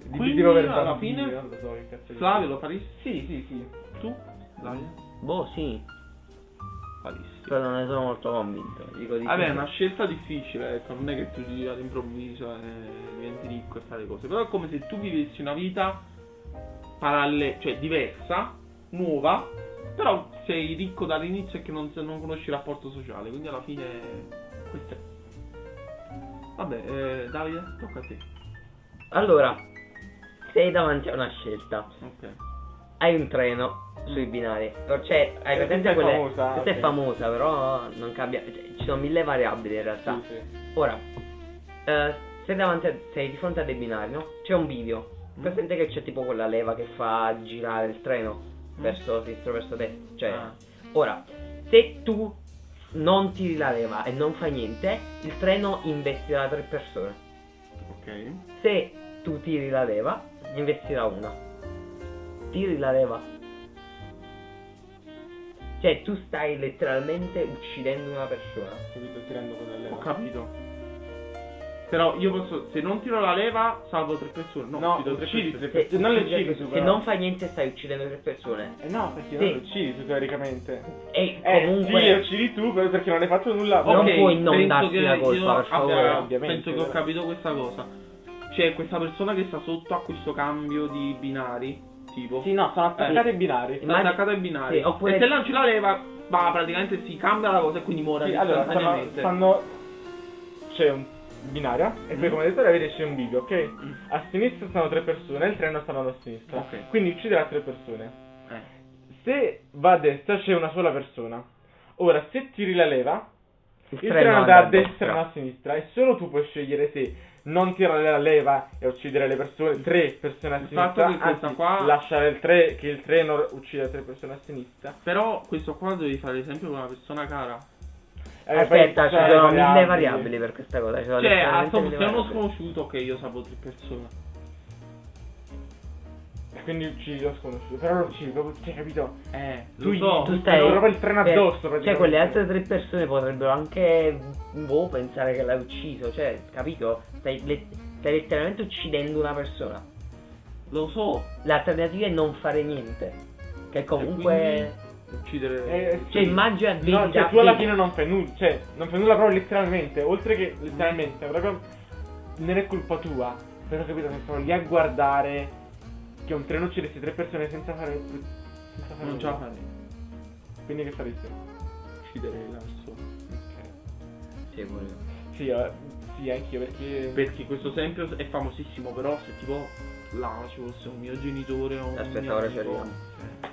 [SPEAKER 3] Quindi, alla fine,
[SPEAKER 1] non lo so che cazzo di-
[SPEAKER 3] Flavio lo faresti? Sì, sì, sì. Tu? Flavio?
[SPEAKER 2] Boh, sì,
[SPEAKER 3] Faresti.
[SPEAKER 2] però non ne sono molto convinto. Dico di
[SPEAKER 3] Vabbè,
[SPEAKER 2] sì.
[SPEAKER 3] è una scelta difficile, ecco, non è che tu giri all'improvviso e diventi ricco e fai le cose, però è come se tu vivessi una vita paralle- cioè diversa, nuova, però sei ricco dall'inizio e che non, non conosci il rapporto sociale, quindi alla fine questo è. Vabbè, eh, Davide, tocca a te.
[SPEAKER 2] Allora, sei davanti a una scelta.
[SPEAKER 3] Ok.
[SPEAKER 2] Hai un treno sui binari. o Cioè, hai
[SPEAKER 1] Eh, questa
[SPEAKER 2] presente
[SPEAKER 1] è
[SPEAKER 2] quelle.
[SPEAKER 1] famosa,
[SPEAKER 2] questa è
[SPEAKER 1] ok.
[SPEAKER 2] famosa, però non cambia. cioè, ci sono mille variabili in realtà.
[SPEAKER 1] Sì, sì.
[SPEAKER 2] Ora, eh, sei, davanti a- sei di fronte a dei binari, no? C'è un video.
[SPEAKER 3] Mm.
[SPEAKER 2] Presente che c'è tipo quella leva che fa girare il treno
[SPEAKER 1] Mm.
[SPEAKER 2] verso sinistra, verso destra. Cioè,
[SPEAKER 3] Ah.
[SPEAKER 2] ora, se tu non tiri la leva e non fai niente, il treno investirà tre persone.
[SPEAKER 3] Ok.
[SPEAKER 2] Se tu tiri la leva, ne investirà una. Tiri la leva. Cioè, tu stai letteralmente uccidendo una persona.
[SPEAKER 1] Capito, tirando quella leva.
[SPEAKER 3] Ho capito. Però io posso. Se non tiro la leva, salvo tre persone. No,
[SPEAKER 1] No,
[SPEAKER 3] uccido tre
[SPEAKER 1] uccidi
[SPEAKER 3] persone.
[SPEAKER 1] tre persone. Se non le uccidi tu,
[SPEAKER 2] se
[SPEAKER 1] però.
[SPEAKER 2] non fai niente stai uccidendo tre persone.
[SPEAKER 1] eh no perché
[SPEAKER 2] Sì.
[SPEAKER 1] non lo uccidi tu teoricamente
[SPEAKER 2] E
[SPEAKER 1] eh
[SPEAKER 2] comunque
[SPEAKER 1] sì le uccidi tu però perché non hai fatto nulla
[SPEAKER 2] Non
[SPEAKER 3] Ok,
[SPEAKER 2] puoi non
[SPEAKER 3] penso
[SPEAKER 2] darti
[SPEAKER 3] che
[SPEAKER 2] la colpa,
[SPEAKER 3] io
[SPEAKER 2] per favore,
[SPEAKER 3] abbia-
[SPEAKER 1] ovviamente,
[SPEAKER 3] Penso che ho
[SPEAKER 1] però.
[SPEAKER 3] capito questa cosa. C'è questa persona che sta sotto a questo cambio di binari. Tipo.
[SPEAKER 1] sì no sono attaccati
[SPEAKER 3] Eh.
[SPEAKER 1] ai binari
[SPEAKER 3] Sta attaccato ai binari.
[SPEAKER 2] Sì, oppure-
[SPEAKER 3] E se lanci la leva, va, praticamente si cambia la cosa e quindi muore
[SPEAKER 1] Sì, allora stanno,
[SPEAKER 3] istantaneamente.
[SPEAKER 1] stanno c'è un binario e poi
[SPEAKER 3] Mm.
[SPEAKER 1] come detto la vedi c'è un bivio ok
[SPEAKER 3] Mm.
[SPEAKER 1] a sinistra stanno tre persone il treno sta andando a sinistra
[SPEAKER 3] Ok.
[SPEAKER 1] quindi ucciderà tre persone
[SPEAKER 3] Eh.
[SPEAKER 1] se va a destra c'è una sola persona. Ora, se tiri la leva, il treno,
[SPEAKER 2] andrà
[SPEAKER 1] andrà a destra e non a sinistra e solo tu puoi scegliere se non tirare la leva e uccidere le persone, tre persone a
[SPEAKER 3] Il fatto
[SPEAKER 1] sinistra,
[SPEAKER 3] che questa
[SPEAKER 1] anzi,
[SPEAKER 3] qua-
[SPEAKER 1] lasciare il tre, che il treno uccida tre persone a sinistra.
[SPEAKER 3] Però questo qua devi fare sempre con una persona cara.
[SPEAKER 1] Eh,
[SPEAKER 2] Aspetta,
[SPEAKER 1] poi
[SPEAKER 2] ci
[SPEAKER 1] sono le
[SPEAKER 2] sono mille variabili per questa cosa. ci sono
[SPEAKER 3] Cioè, a
[SPEAKER 2] letteralmente
[SPEAKER 3] sto
[SPEAKER 2] mille
[SPEAKER 3] punto, se è uno
[SPEAKER 2] variabili.
[SPEAKER 3] sconosciuto, ok, io salvo tre persone.
[SPEAKER 1] Quindi uccidi lo sconosciuto, però lo uccidi proprio, cioè, capito?
[SPEAKER 3] Eh,
[SPEAKER 1] Tu,
[SPEAKER 3] lo so.
[SPEAKER 1] tu
[SPEAKER 2] tu stai-
[SPEAKER 1] proprio il treno
[SPEAKER 2] cioè,
[SPEAKER 1] addosso,
[SPEAKER 2] Cioè,
[SPEAKER 1] praticamente.
[SPEAKER 2] quelle altre tre persone potrebbero anche boh, pensare che l'hai ucciso. Cioè, capito? Stai, le- stai letteralmente uccidendo una persona.
[SPEAKER 3] Lo so.
[SPEAKER 2] L'alternativa è non fare niente. Che
[SPEAKER 3] E
[SPEAKER 2] comunque.
[SPEAKER 3] quindi uccidere.
[SPEAKER 1] Eh,
[SPEAKER 2] Cioè, immagina vedi
[SPEAKER 1] No,
[SPEAKER 2] da-
[SPEAKER 1] cioè tu alla
[SPEAKER 2] vedi-
[SPEAKER 1] fine non fai nulla, cioè non fai nulla proprio letteralmente, oltre che letteralmente, proprio non è colpa tua, però capito che sono lì a guardare che un treno uccidesse tre persone senza fare senza fare
[SPEAKER 3] Non ce la
[SPEAKER 1] nulla.
[SPEAKER 3] farei.
[SPEAKER 1] Quindi che faresti?
[SPEAKER 3] Uccidere la persona.
[SPEAKER 2] Sì, quello.
[SPEAKER 1] Sì, eh, sì, anch'io perché
[SPEAKER 3] Perché questo esempio è famosissimo, però se tipo là ci fosse un mio genitore o un
[SPEAKER 2] Aspetta,
[SPEAKER 3] mio
[SPEAKER 2] ora
[SPEAKER 3] amico-
[SPEAKER 2] ci arriviamo.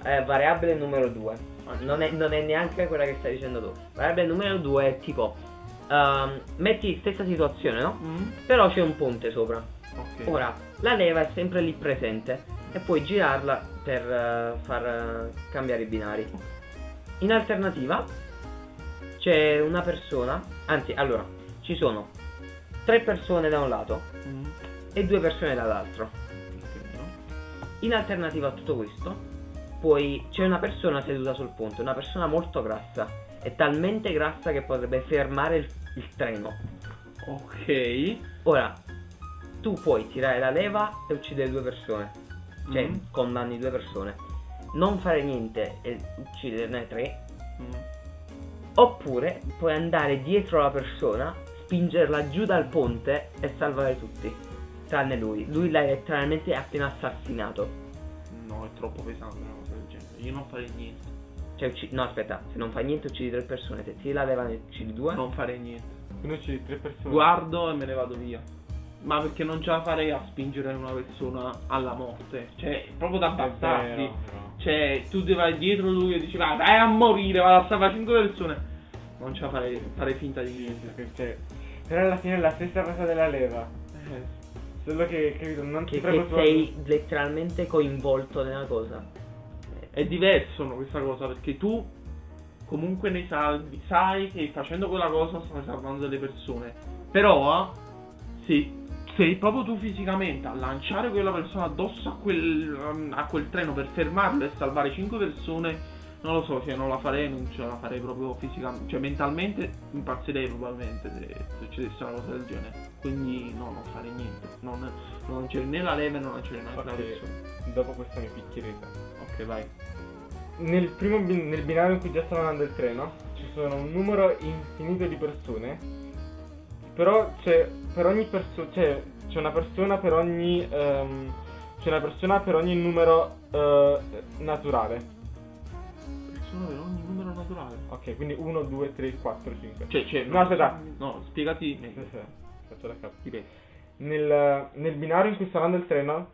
[SPEAKER 2] Eh, variabile numero 2.
[SPEAKER 3] Ah,
[SPEAKER 2] Non è, non è neanche quella che stai dicendo tu. Variabile numero 2 è tipo. ehm, metti stessa situazione, no?
[SPEAKER 3] Mm?
[SPEAKER 2] Però c'è un ponte sopra.
[SPEAKER 3] Ok.
[SPEAKER 2] Ora, la leva è sempre lì presente e puoi girarla per eh, far eh, cambiare i binari. In alternativa c'è una persona, anzi allora, ci sono tre persone da un lato
[SPEAKER 3] Mm.
[SPEAKER 2] e due persone dall'altro.
[SPEAKER 3] Ok, no?
[SPEAKER 2] In alternativa a tutto questo, poi c'è una persona seduta sul ponte, una persona molto grassa, è talmente grassa che potrebbe fermare il- il treno.
[SPEAKER 3] Ok.
[SPEAKER 2] Ora, tu puoi tirare la leva e uccidere due persone. Cioè,
[SPEAKER 1] Mm-hmm.
[SPEAKER 3] Mm.
[SPEAKER 2] condanni due persone. Non fare niente e ucciderne tre.
[SPEAKER 3] Mm.
[SPEAKER 2] Oppure puoi andare dietro la persona, spingerla giù dal ponte e salvare tutti. Tranne lui. Lui l'hai letteralmente appena assassinato.
[SPEAKER 3] No, è troppo pesante una cosa del genere. Io non farei niente.
[SPEAKER 2] Cioè, ucci- no, aspetta, se non fai niente uccidi tre persone, se tiri la leva ne uccidi due.
[SPEAKER 3] Non fare niente.
[SPEAKER 1] Quindi uccidi tre persone.
[SPEAKER 3] Guardo e me ne vado via. Ma perché non ce la farei a spingere una persona alla morte. Cioè, proprio da
[SPEAKER 1] È vero,
[SPEAKER 3] bastardi.
[SPEAKER 1] però.
[SPEAKER 3] Cioè, tu ti vai dietro lui e dici, vai, vai a morire, vado a salvare cinque persone. Non ce la farei, farei finta di niente.
[SPEAKER 1] Perché, cioè, però alla fine è la stessa cosa della leva.
[SPEAKER 3] Eh,
[SPEAKER 1] Solo che, capito, non ti
[SPEAKER 2] Che, che
[SPEAKER 1] prego tu.
[SPEAKER 2] sei letteralmente coinvolto nella cosa.
[SPEAKER 3] È diverso no, questa cosa perché tu comunque ne salvi, sai che facendo quella cosa stai salvando delle persone. Però eh, se sei proprio tu fisicamente a lanciare quella persona addosso a quel, a quel treno per fermarlo e salvare 5 persone, non lo so, cioè non la farei, non ce la farei proprio fisicamente, cioè mentalmente impazzirei probabilmente se succedesse una cosa del genere. Quindi no, non fare niente, non, non c'è né la leva e non c'è neanche la
[SPEAKER 1] Ok.
[SPEAKER 3] persona.
[SPEAKER 1] Dopo questa mi picchierete.
[SPEAKER 3] Ok, vai.
[SPEAKER 1] Nel primo bin- nel binario in cui già stava andando il treno ci sono un numero infinito di persone. Però c'è per ogni persona. C'è, c'è una persona per ogni. ehm, c'è una persona per ogni numero eh, naturale.
[SPEAKER 3] Persona per ogni numero naturale.
[SPEAKER 1] Ok, quindi 1, 2, 3, 4, 5.
[SPEAKER 3] Cioè, cioè,
[SPEAKER 1] No, aspetta.
[SPEAKER 3] No, spiegati meglio.
[SPEAKER 1] Faccio da capo.
[SPEAKER 3] Dipende.
[SPEAKER 1] Nel, nel binario in cui sta andando il treno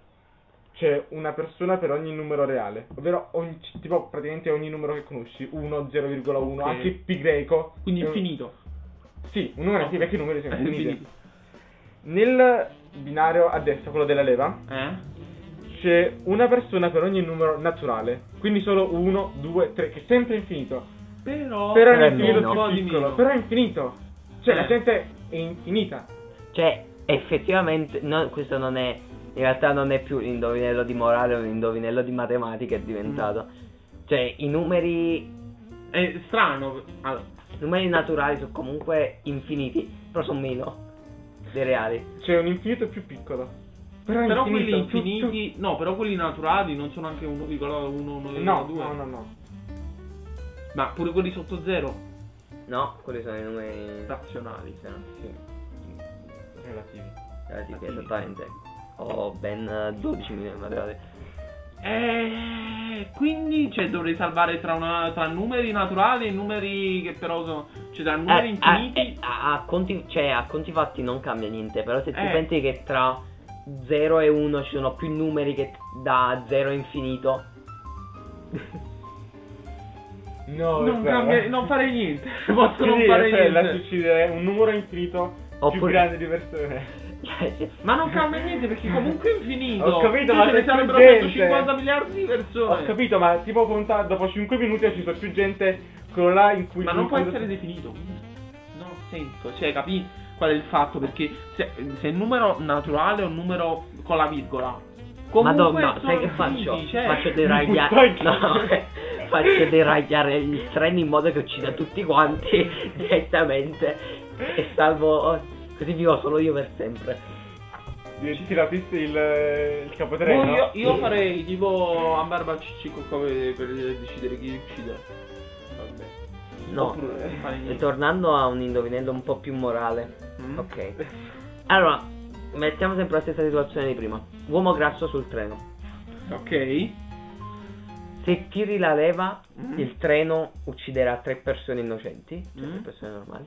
[SPEAKER 1] c'è una persona per ogni numero reale, ovvero ogni, tipo praticamente ogni numero che conosci, 1, 0,1,
[SPEAKER 3] Ok.
[SPEAKER 1] anche pi greco.
[SPEAKER 3] Quindi
[SPEAKER 1] è un-
[SPEAKER 3] infinito.
[SPEAKER 1] Sì, un numero, sì, perché i numeri sono
[SPEAKER 3] Eh,
[SPEAKER 1] infiniti.
[SPEAKER 3] infinito.
[SPEAKER 1] Nel binario a destra, quello della leva,
[SPEAKER 3] Eh?
[SPEAKER 1] c'è una persona per ogni numero naturale, quindi solo 1, 2, 3, che è sempre infinito. Però
[SPEAKER 3] Però...
[SPEAKER 2] Però
[SPEAKER 1] è
[SPEAKER 2] è
[SPEAKER 1] infinito
[SPEAKER 2] meno.
[SPEAKER 1] più piccolo, però è infinito. Cioè la
[SPEAKER 3] Eh.
[SPEAKER 1] gente è infinita.
[SPEAKER 2] Cioè, effettivamente, no, questo non è. In realtà non è più un indovinello di morale, è un indovinello di matematica, è diventato.
[SPEAKER 3] Mm.
[SPEAKER 2] Cioè, i numeri.
[SPEAKER 3] È strano. Allora,
[SPEAKER 2] I numeri naturali sono comunque infiniti, però sono meno dei reali.
[SPEAKER 1] C'è un infinito più piccolo. Però, è
[SPEAKER 3] però
[SPEAKER 1] infinito.
[SPEAKER 3] quelli
[SPEAKER 1] Tu- tu-
[SPEAKER 3] infiniti... No, però quelli naturali non sono anche 1,1, 1,2.
[SPEAKER 1] No, no, no, no.
[SPEAKER 3] Ma pure quelli sotto zero.
[SPEAKER 2] No, quelli sono i numeri.
[SPEAKER 3] Razionali.
[SPEAKER 2] se no,
[SPEAKER 1] Sì. Relativi.
[SPEAKER 2] relativi,
[SPEAKER 3] Relativi.
[SPEAKER 2] esattamente. Ho ben eh, 12 milioni di materiali.
[SPEAKER 3] Eh, quindi cioè, dovrei salvare tra, una, tra numeri naturali e numeri che però sono... Cioè tra numeri
[SPEAKER 2] Eh,
[SPEAKER 3] infiniti...
[SPEAKER 2] eh, eh, a, a conti, cioè, a conti fatti non cambia niente, però se tu
[SPEAKER 3] Eh.
[SPEAKER 2] pensi che tra 0 e 1 ci sono più numeri che da 0 a infinito,
[SPEAKER 1] No,
[SPEAKER 3] non, cambia, non fare niente. Posso
[SPEAKER 1] eh, Sì,
[SPEAKER 3] non fare
[SPEAKER 1] cioè,
[SPEAKER 3] niente.
[SPEAKER 1] la suicida è un numero infinito più eh.
[SPEAKER 2] Oppure-
[SPEAKER 1] grande di persone.
[SPEAKER 2] cioè,
[SPEAKER 3] Ma non cambia niente perché comunque è infinito.
[SPEAKER 1] Ho capito,
[SPEAKER 3] Tu
[SPEAKER 1] ma
[SPEAKER 3] ce
[SPEAKER 1] c'è
[SPEAKER 3] ne
[SPEAKER 1] più
[SPEAKER 3] sarebbero
[SPEAKER 1] gente.
[SPEAKER 3] 150 miliardi di persone.
[SPEAKER 1] Ho capito, ma tipo conta dopo 5 minuti ci sono più gente quello là in cui
[SPEAKER 3] ma non può
[SPEAKER 1] quando-
[SPEAKER 3] essere definito. Non ha senso. Cioè, capi qual è il fatto? Perché se, se è un numero naturale è un numero con la virgola. Comunque
[SPEAKER 2] Madonna,
[SPEAKER 3] sono
[SPEAKER 2] sai che
[SPEAKER 3] infiniti,
[SPEAKER 2] faccio?
[SPEAKER 3] cioè.
[SPEAKER 2] Faccio
[SPEAKER 1] Dai,
[SPEAKER 2] deragliare.
[SPEAKER 1] che-
[SPEAKER 2] No, faccio deragliare il treno in modo che uccida tutti quanti direttamente. E salvo. Così vivo solo io per sempre.
[SPEAKER 1] Diventi la pista il, il
[SPEAKER 3] Boh,
[SPEAKER 1] capotreno.
[SPEAKER 3] io, io farei tipo a barba cicci con come per decidere chi uccide. Vabbè.
[SPEAKER 2] No. eh,
[SPEAKER 3] Oppure non fare
[SPEAKER 2] E
[SPEAKER 3] niente.
[SPEAKER 2] tornando a un indovinello un po' più morale.
[SPEAKER 3] Mm?
[SPEAKER 2] Ok. Allora, mettiamo sempre la stessa situazione di prima. Uomo grasso sul treno.
[SPEAKER 3] Ok.
[SPEAKER 2] Se tiri la leva,
[SPEAKER 3] Mm.
[SPEAKER 2] il treno ucciderà tre persone innocenti, cioè tre
[SPEAKER 3] Mm.
[SPEAKER 2] persone normali.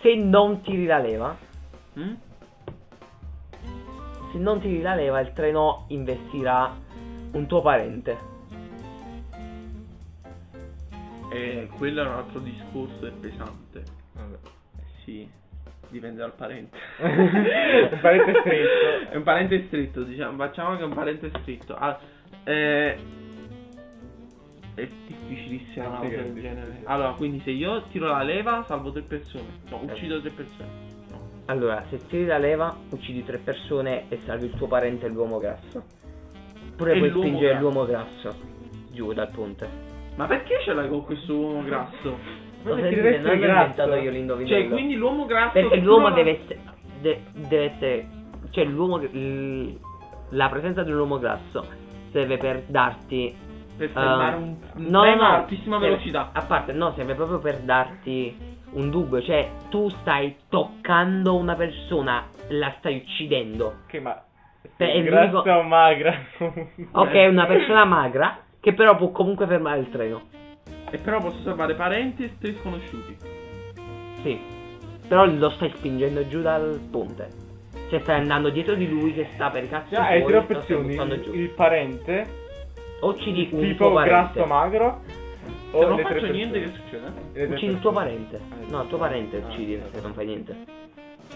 [SPEAKER 2] Se non tiri la leva,
[SPEAKER 3] Mm?
[SPEAKER 2] se non tiri la leva, il treno investirà un tuo parente.
[SPEAKER 3] Eh, quello è un altro discorso, è pesante.
[SPEAKER 1] Vabbè.
[SPEAKER 3] Eh, Sì, dipende dal parente.
[SPEAKER 1] Un parente stretto.
[SPEAKER 3] È un parente stretto, diciamo, facciamo che è un parente stretto. Ah, eh, è difficilissima una
[SPEAKER 1] Sì,
[SPEAKER 3] cosa
[SPEAKER 1] è
[SPEAKER 3] del
[SPEAKER 1] difficile.
[SPEAKER 3] genere. Allora, quindi se io tiro la leva, salvo tre persone. No,
[SPEAKER 2] Eh.
[SPEAKER 3] uccido tre persone.
[SPEAKER 2] Allora, se tiri la leva, uccidi tre persone e salvi il tuo parente, l'uomo grasso. Oppure
[SPEAKER 3] E
[SPEAKER 2] puoi
[SPEAKER 3] l'uomo
[SPEAKER 2] spingere
[SPEAKER 3] grasso.
[SPEAKER 2] l'uomo grasso giù dal ponte.
[SPEAKER 3] Ma perché ce l'hai con questo uomo grasso?
[SPEAKER 1] Ma
[SPEAKER 2] Lo
[SPEAKER 1] perché deve
[SPEAKER 2] sentite, non
[SPEAKER 1] essere
[SPEAKER 2] l'ho inventato
[SPEAKER 1] grasso.
[SPEAKER 2] io l'indovinello.
[SPEAKER 3] Cioè, quindi l'uomo grasso...
[SPEAKER 2] Perché
[SPEAKER 3] se
[SPEAKER 2] l'uomo
[SPEAKER 3] tiro la-
[SPEAKER 2] deve essere, de- deve essere. Cioè, l'uomo. che- l- la presenza di un uomo grasso serve per darti.
[SPEAKER 3] Per
[SPEAKER 2] eh,
[SPEAKER 3] fermare un, un
[SPEAKER 2] no, no,
[SPEAKER 3] treno
[SPEAKER 2] cioè,
[SPEAKER 3] ad
[SPEAKER 2] no,
[SPEAKER 3] altissima
[SPEAKER 2] serve-
[SPEAKER 3] velocità.
[SPEAKER 2] A parte, no, serve proprio per darti un dubbio. Cioè, tu stai toccando una persona, la stai uccidendo.
[SPEAKER 1] Ok, ma.
[SPEAKER 2] Beh, è
[SPEAKER 1] grassa
[SPEAKER 2] l'unico-
[SPEAKER 1] o magra? Eh.
[SPEAKER 2] Ok, una persona magra che però può comunque fermare il treno.
[SPEAKER 3] E però posso salvare parenti e tre sconosciuti.
[SPEAKER 2] Sì. Però lo stai spingendo giù dal ponte. Cioè stai andando dietro di lui che sta per i cazzi
[SPEAKER 1] Cioè, hai
[SPEAKER 2] suoi,
[SPEAKER 1] tre
[SPEAKER 2] lo stai
[SPEAKER 1] opzioni:
[SPEAKER 2] buttando giù.
[SPEAKER 1] il, il parente,
[SPEAKER 2] Uccidi un tuo
[SPEAKER 1] tipo
[SPEAKER 2] parente.
[SPEAKER 1] grasso magro, o
[SPEAKER 3] Se non
[SPEAKER 1] Oh, le tre
[SPEAKER 3] faccio
[SPEAKER 1] persone.
[SPEAKER 3] niente che succede?
[SPEAKER 1] Le tre
[SPEAKER 2] Uccidi il
[SPEAKER 1] persone.
[SPEAKER 2] tuo parente.
[SPEAKER 1] Eh.
[SPEAKER 2] No, il tuo parente
[SPEAKER 1] Ah,
[SPEAKER 2] uccidi
[SPEAKER 1] certo.
[SPEAKER 2] perché non fai niente.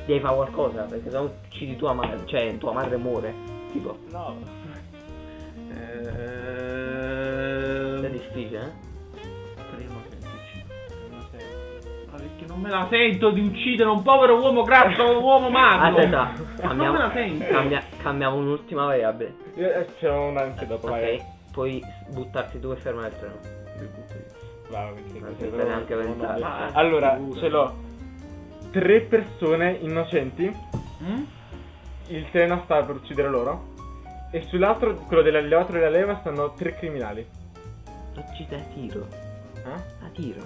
[SPEAKER 2] Devi fare qualcosa perché se no uccidi tua madre, cioè tua madre muore. Tipo,
[SPEAKER 1] No.
[SPEAKER 2] è
[SPEAKER 3] Ehm...
[SPEAKER 2] difficile, eh?
[SPEAKER 3] Prima che mi uccida. Ma perché non me la sento di uccidere un povero uomo grasso, un uomo magro.
[SPEAKER 2] Aspetta,
[SPEAKER 3] Non me la
[SPEAKER 2] cambiamo,
[SPEAKER 3] sento.
[SPEAKER 2] cambia- cambiamo un'ultima variabile.
[SPEAKER 1] Io- eh, C'era un anche dopo, vai.
[SPEAKER 2] Ok, puoi s- buttarti tu e fermare il treno.
[SPEAKER 1] Bravo, quindi
[SPEAKER 2] Non
[SPEAKER 1] questo è
[SPEAKER 2] si
[SPEAKER 1] proprio-
[SPEAKER 2] neanche
[SPEAKER 1] non ho
[SPEAKER 2] pensare.
[SPEAKER 3] Ah, ecco,
[SPEAKER 1] detto. Allora,
[SPEAKER 3] Figura.
[SPEAKER 1] ce l'ho. Tre persone innocenti,
[SPEAKER 3] Mm?
[SPEAKER 1] il treno sta per uccidere loro. E sull'altro, quello dell'allevatore della leva, stanno tre criminali.
[SPEAKER 2] Uccide a tiro,
[SPEAKER 1] Eh?
[SPEAKER 2] a tiro.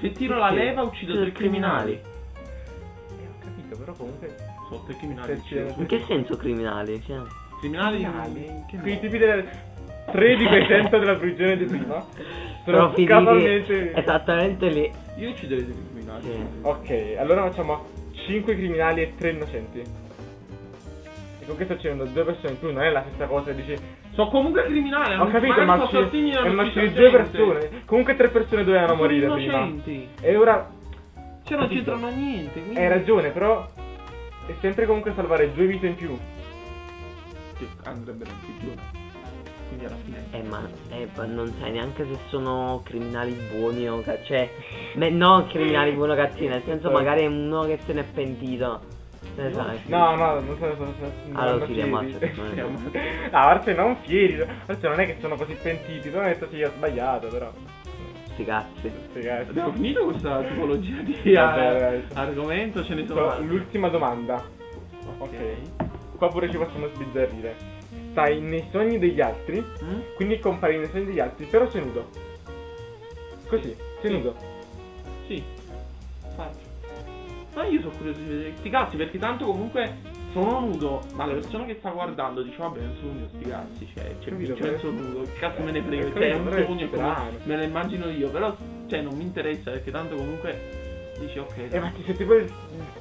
[SPEAKER 3] Se tiro la
[SPEAKER 2] Sì.
[SPEAKER 3] leva uccido
[SPEAKER 2] Sì,
[SPEAKER 3] tre criminali.
[SPEAKER 1] Eh, ho capito, però comunque.
[SPEAKER 3] Sono tre
[SPEAKER 1] Sì,
[SPEAKER 3] criminali.
[SPEAKER 1] sì.
[SPEAKER 3] uccido
[SPEAKER 2] In
[SPEAKER 3] tre.
[SPEAKER 2] che senso criminali? Cioè,
[SPEAKER 3] Criminali? in che
[SPEAKER 1] Quei
[SPEAKER 3] modo?
[SPEAKER 1] tipi delle. Tre di quei cento della prigione di prima.
[SPEAKER 2] sono
[SPEAKER 1] Sono
[SPEAKER 2] finiti esatto,
[SPEAKER 1] capace.
[SPEAKER 2] esattamente lì.
[SPEAKER 3] Io ucciderei dei criminali.
[SPEAKER 2] Sì.
[SPEAKER 1] Ok, allora facciamo 5 criminali e 3 innocenti. E con questo c'erano due persone in più, non è la stessa cosa, dici.
[SPEAKER 3] Sono comunque criminale.
[SPEAKER 1] Ho capito, ma
[SPEAKER 3] sono
[SPEAKER 1] uccidi
[SPEAKER 3] sottini,
[SPEAKER 1] eh,
[SPEAKER 3] hanno
[SPEAKER 1] ma
[SPEAKER 3] ucciso
[SPEAKER 1] uccidi due
[SPEAKER 3] gente.
[SPEAKER 1] persone. Comunque tre persone
[SPEAKER 3] Ma
[SPEAKER 1] dovevano
[SPEAKER 3] sono
[SPEAKER 1] morire prima.
[SPEAKER 3] innocenti.
[SPEAKER 1] E ora
[SPEAKER 3] Cioè non
[SPEAKER 1] Capito.
[SPEAKER 3] c'entrano niente. Quindi...
[SPEAKER 1] hai ragione, però è sempre comunque salvare due vite in più.
[SPEAKER 3] Che andrebbero in prigione. Quindi alla fine.
[SPEAKER 2] Eh ma, eh, ma non sai neanche se sono criminali buoni o cattivi. Cioè, beh, non criminali buoni o cattivi, nel senso magari è uno che se n'è pentito. Ne eh, sai.
[SPEAKER 1] No, no, non sono, sono, sono non sono
[SPEAKER 2] Allora sì, li
[SPEAKER 1] fieri.
[SPEAKER 2] ammazzo.
[SPEAKER 3] Li ammazzo.
[SPEAKER 1] Ah, forse non fieri, forse non è che sono così pentiti, però hanno detto sì, ho sbagliato, però.
[SPEAKER 2] Sti cazzi.
[SPEAKER 1] Sì, eh.
[SPEAKER 3] Abbiamo finito questa tipologia di
[SPEAKER 1] Vabbè, dai.
[SPEAKER 3] argomento, ce ne sono
[SPEAKER 1] So,
[SPEAKER 3] altri.
[SPEAKER 1] L'ultima domanda. ok. Qua pure ci possiamo sbizzarrire. Stai nei sogni degli altri,
[SPEAKER 3] Mm?
[SPEAKER 1] quindi compari nei sogni degli altri, però sei nudo. Così, sei
[SPEAKER 3] Sì.
[SPEAKER 1] nudo.
[SPEAKER 3] Sì, faccio. Ma io sono curioso di vedere questi cazzi perché tanto comunque sono nudo, ma la persona che sta guardando dice vabbè non sono nudo sti cazzi, cioè c'è
[SPEAKER 1] Capito,
[SPEAKER 3] Vincenzo
[SPEAKER 1] però-
[SPEAKER 3] nudo, che cazzo me ne
[SPEAKER 1] Eh,
[SPEAKER 3] frega, cioè è
[SPEAKER 1] capito,
[SPEAKER 3] un
[SPEAKER 1] però è
[SPEAKER 3] sogno
[SPEAKER 1] strano.
[SPEAKER 3] come me lo immagino io, però cioè non mi interessa perché tanto comunque dici ok.
[SPEAKER 1] E
[SPEAKER 3] dai.
[SPEAKER 1] Eh, ma se tipo il il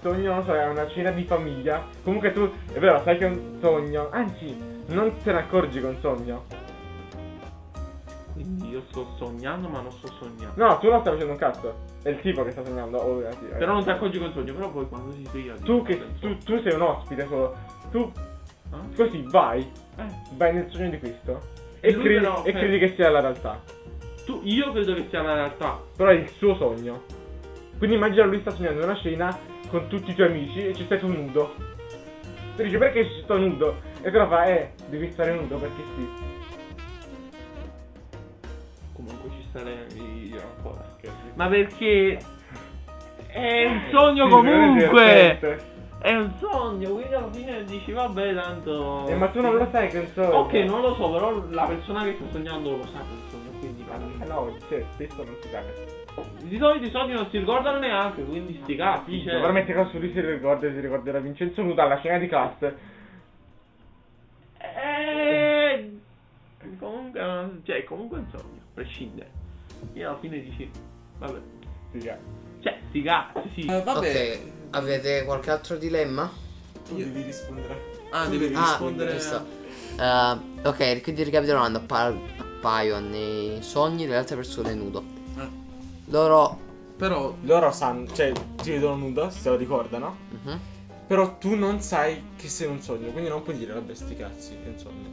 [SPEAKER 1] sogno, non so, è una cena di famiglia, comunque tu, è vero, sai che è un sogno, anzi, non te ne accorgi che è un sogno.
[SPEAKER 3] Quindi io sto sognando ma non sto sognando.
[SPEAKER 1] No, tu non stai facendo un cazzo. È il tipo che sta sognando, oh, eh, sì, eh.
[SPEAKER 3] Però non ti accorgi che è un sogno, però poi quando si sveglia dici,
[SPEAKER 1] Tu che
[SPEAKER 3] vabbè,
[SPEAKER 1] tu, tu sei un ospite solo. Tu
[SPEAKER 3] Ah?
[SPEAKER 1] così vai,
[SPEAKER 3] Eh,
[SPEAKER 1] vai nel sogno di questo. E,
[SPEAKER 3] Lui
[SPEAKER 1] credi-
[SPEAKER 3] però,
[SPEAKER 1] e
[SPEAKER 3] cioè-
[SPEAKER 1] credi che sia la realtà.
[SPEAKER 3] tu, io credo che sia la realtà.
[SPEAKER 1] però è il suo sogno. Quindi immagina lui sta sognando una scena con tutti i tuoi amici e ci stai tu nudo. Tu dici perché ci sto nudo? E però fa, eh, devi stare nudo perché sì.
[SPEAKER 3] Comunque ci sarei io ancora.
[SPEAKER 1] Sì,
[SPEAKER 3] Ma perché
[SPEAKER 1] Eh,
[SPEAKER 3] è un sogno
[SPEAKER 1] però è
[SPEAKER 3] comunque!
[SPEAKER 1] divertente.
[SPEAKER 3] È un sogno, quindi alla fine dici vabbè tanto.
[SPEAKER 1] Eh, ma tu non lo sai che è un sogno.
[SPEAKER 3] Ok, non lo so, però la persona che sta sognando lo sa che è un sogno, quindi va
[SPEAKER 1] Eh
[SPEAKER 3] bene.
[SPEAKER 1] no, cioè, spesso non si sa che
[SPEAKER 3] Di solito i sogni non si ricordano neanche, quindi sti cazzi.
[SPEAKER 1] Cioè,
[SPEAKER 3] Cioè...
[SPEAKER 1] veramente cosa su lui si ricorda si ricorderà Vincenzo nudo alla scena di classe.
[SPEAKER 3] Eh, Comunque, eh, cioè, comunque è un sogno, a prescindere. Io alla fine dici, vabbè.
[SPEAKER 1] Figa.
[SPEAKER 3] Cioè, sti cazzi, sì.
[SPEAKER 4] vabbè,
[SPEAKER 2] avete qualche altro dilemma?
[SPEAKER 4] tu devi rispondere.
[SPEAKER 3] Ah,
[SPEAKER 4] tu
[SPEAKER 3] devi
[SPEAKER 4] devi
[SPEAKER 3] rispondere.
[SPEAKER 4] giusto.
[SPEAKER 2] Eh, ok, quindi ricapitolando, appaio nei sogni delle altre persone nudo.
[SPEAKER 1] Ah.
[SPEAKER 4] Eh.
[SPEAKER 2] Loro...
[SPEAKER 4] Però
[SPEAKER 1] Loro sanno, cioè, ti vedono nudo, se lo ricordano.
[SPEAKER 2] mm-hmm,
[SPEAKER 1] Però tu non sai che sei un sogno, quindi non puoi dire vabbè sti cazzi, è un sogno.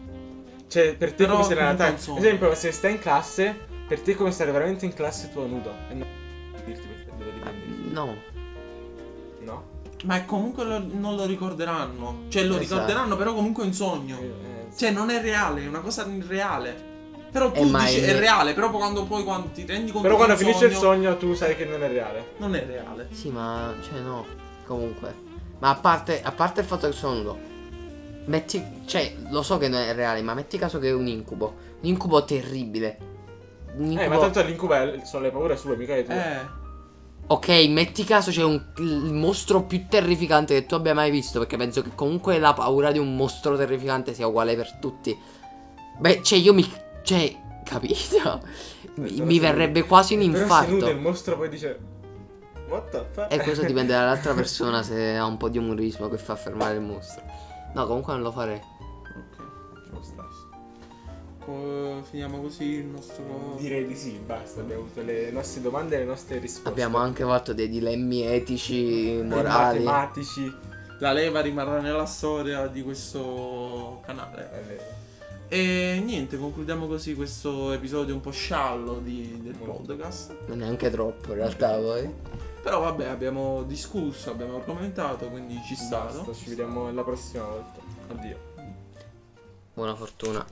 [SPEAKER 1] Cioè, per te
[SPEAKER 4] Però
[SPEAKER 1] come se la
[SPEAKER 4] comunque
[SPEAKER 1] realtà.
[SPEAKER 4] è un sogno.
[SPEAKER 1] Ad esempio, se stai in classe, per te è come stare veramente in classe tu a nudo. E non dirti perché dove dipende.
[SPEAKER 2] eh, No.
[SPEAKER 1] No?
[SPEAKER 4] ma è comunque lo- non lo ricorderanno. Cioè lo
[SPEAKER 2] Esatto.
[SPEAKER 4] ricorderanno, però comunque è un sogno.
[SPEAKER 1] Eh, sì.
[SPEAKER 4] Cioè non è reale, è una cosa irreale. Però tu
[SPEAKER 2] Eh, ma
[SPEAKER 4] dici
[SPEAKER 2] è-
[SPEAKER 4] è reale, però poi quando poi quando ti rendi conto
[SPEAKER 1] Però
[SPEAKER 4] che è
[SPEAKER 1] quando
[SPEAKER 4] un
[SPEAKER 1] finisce il sogno tu sai che non è reale.
[SPEAKER 4] non è reale.
[SPEAKER 2] Sì, ma cioè no, comunque. Ma a parte, a parte il fatto che sono nudo, metti, cioè, lo so che non è reale, ma metti caso che è un incubo. Un incubo terribile. Un
[SPEAKER 1] Eh, ma
[SPEAKER 2] incubo...
[SPEAKER 1] tanto l'incubo sono le paure sue, mica le tue.
[SPEAKER 4] Eh.
[SPEAKER 2] Ok, metti caso c'è un, il mostro più terrificante che tu abbia mai visto, perché penso che comunque la paura di un mostro terrificante sia uguale per tutti. Beh, cioè io mi... cioè, capito?
[SPEAKER 1] Eh, Però
[SPEAKER 2] mi
[SPEAKER 1] se-
[SPEAKER 2] verrebbe quasi
[SPEAKER 1] Però
[SPEAKER 2] un
[SPEAKER 1] se nudo il
[SPEAKER 2] infarto.
[SPEAKER 1] mostro poi dice What the fuck?
[SPEAKER 2] E questo dipende dall'altra persona se ha un po' di umorismo che fa fermare il mostro. No, comunque non lo farei.
[SPEAKER 3] Ok, lo stesso.
[SPEAKER 4] eh,
[SPEAKER 3] Co- finiamo così il nostro...
[SPEAKER 1] Direi di sì, basta, abbiamo avuto le nostre domande e le nostre risposte.
[SPEAKER 2] Abbiamo anche fatto dei dilemmi etici,
[SPEAKER 1] Dei
[SPEAKER 2] morali.
[SPEAKER 1] matematici.
[SPEAKER 3] La leva rimarrà nella storia di questo canale.
[SPEAKER 1] Eh, le-
[SPEAKER 3] E niente, concludiamo così questo episodio un po' sciallo di- del
[SPEAKER 1] Molto.
[SPEAKER 3] podcast.
[SPEAKER 2] Non neanche troppo in realtà poi.
[SPEAKER 3] Però vabbè, abbiamo discusso, abbiamo argomentato, quindi ci sta. no?
[SPEAKER 1] Basta, ci vediamo la prossima volta.
[SPEAKER 3] Addio.
[SPEAKER 2] Buona fortuna.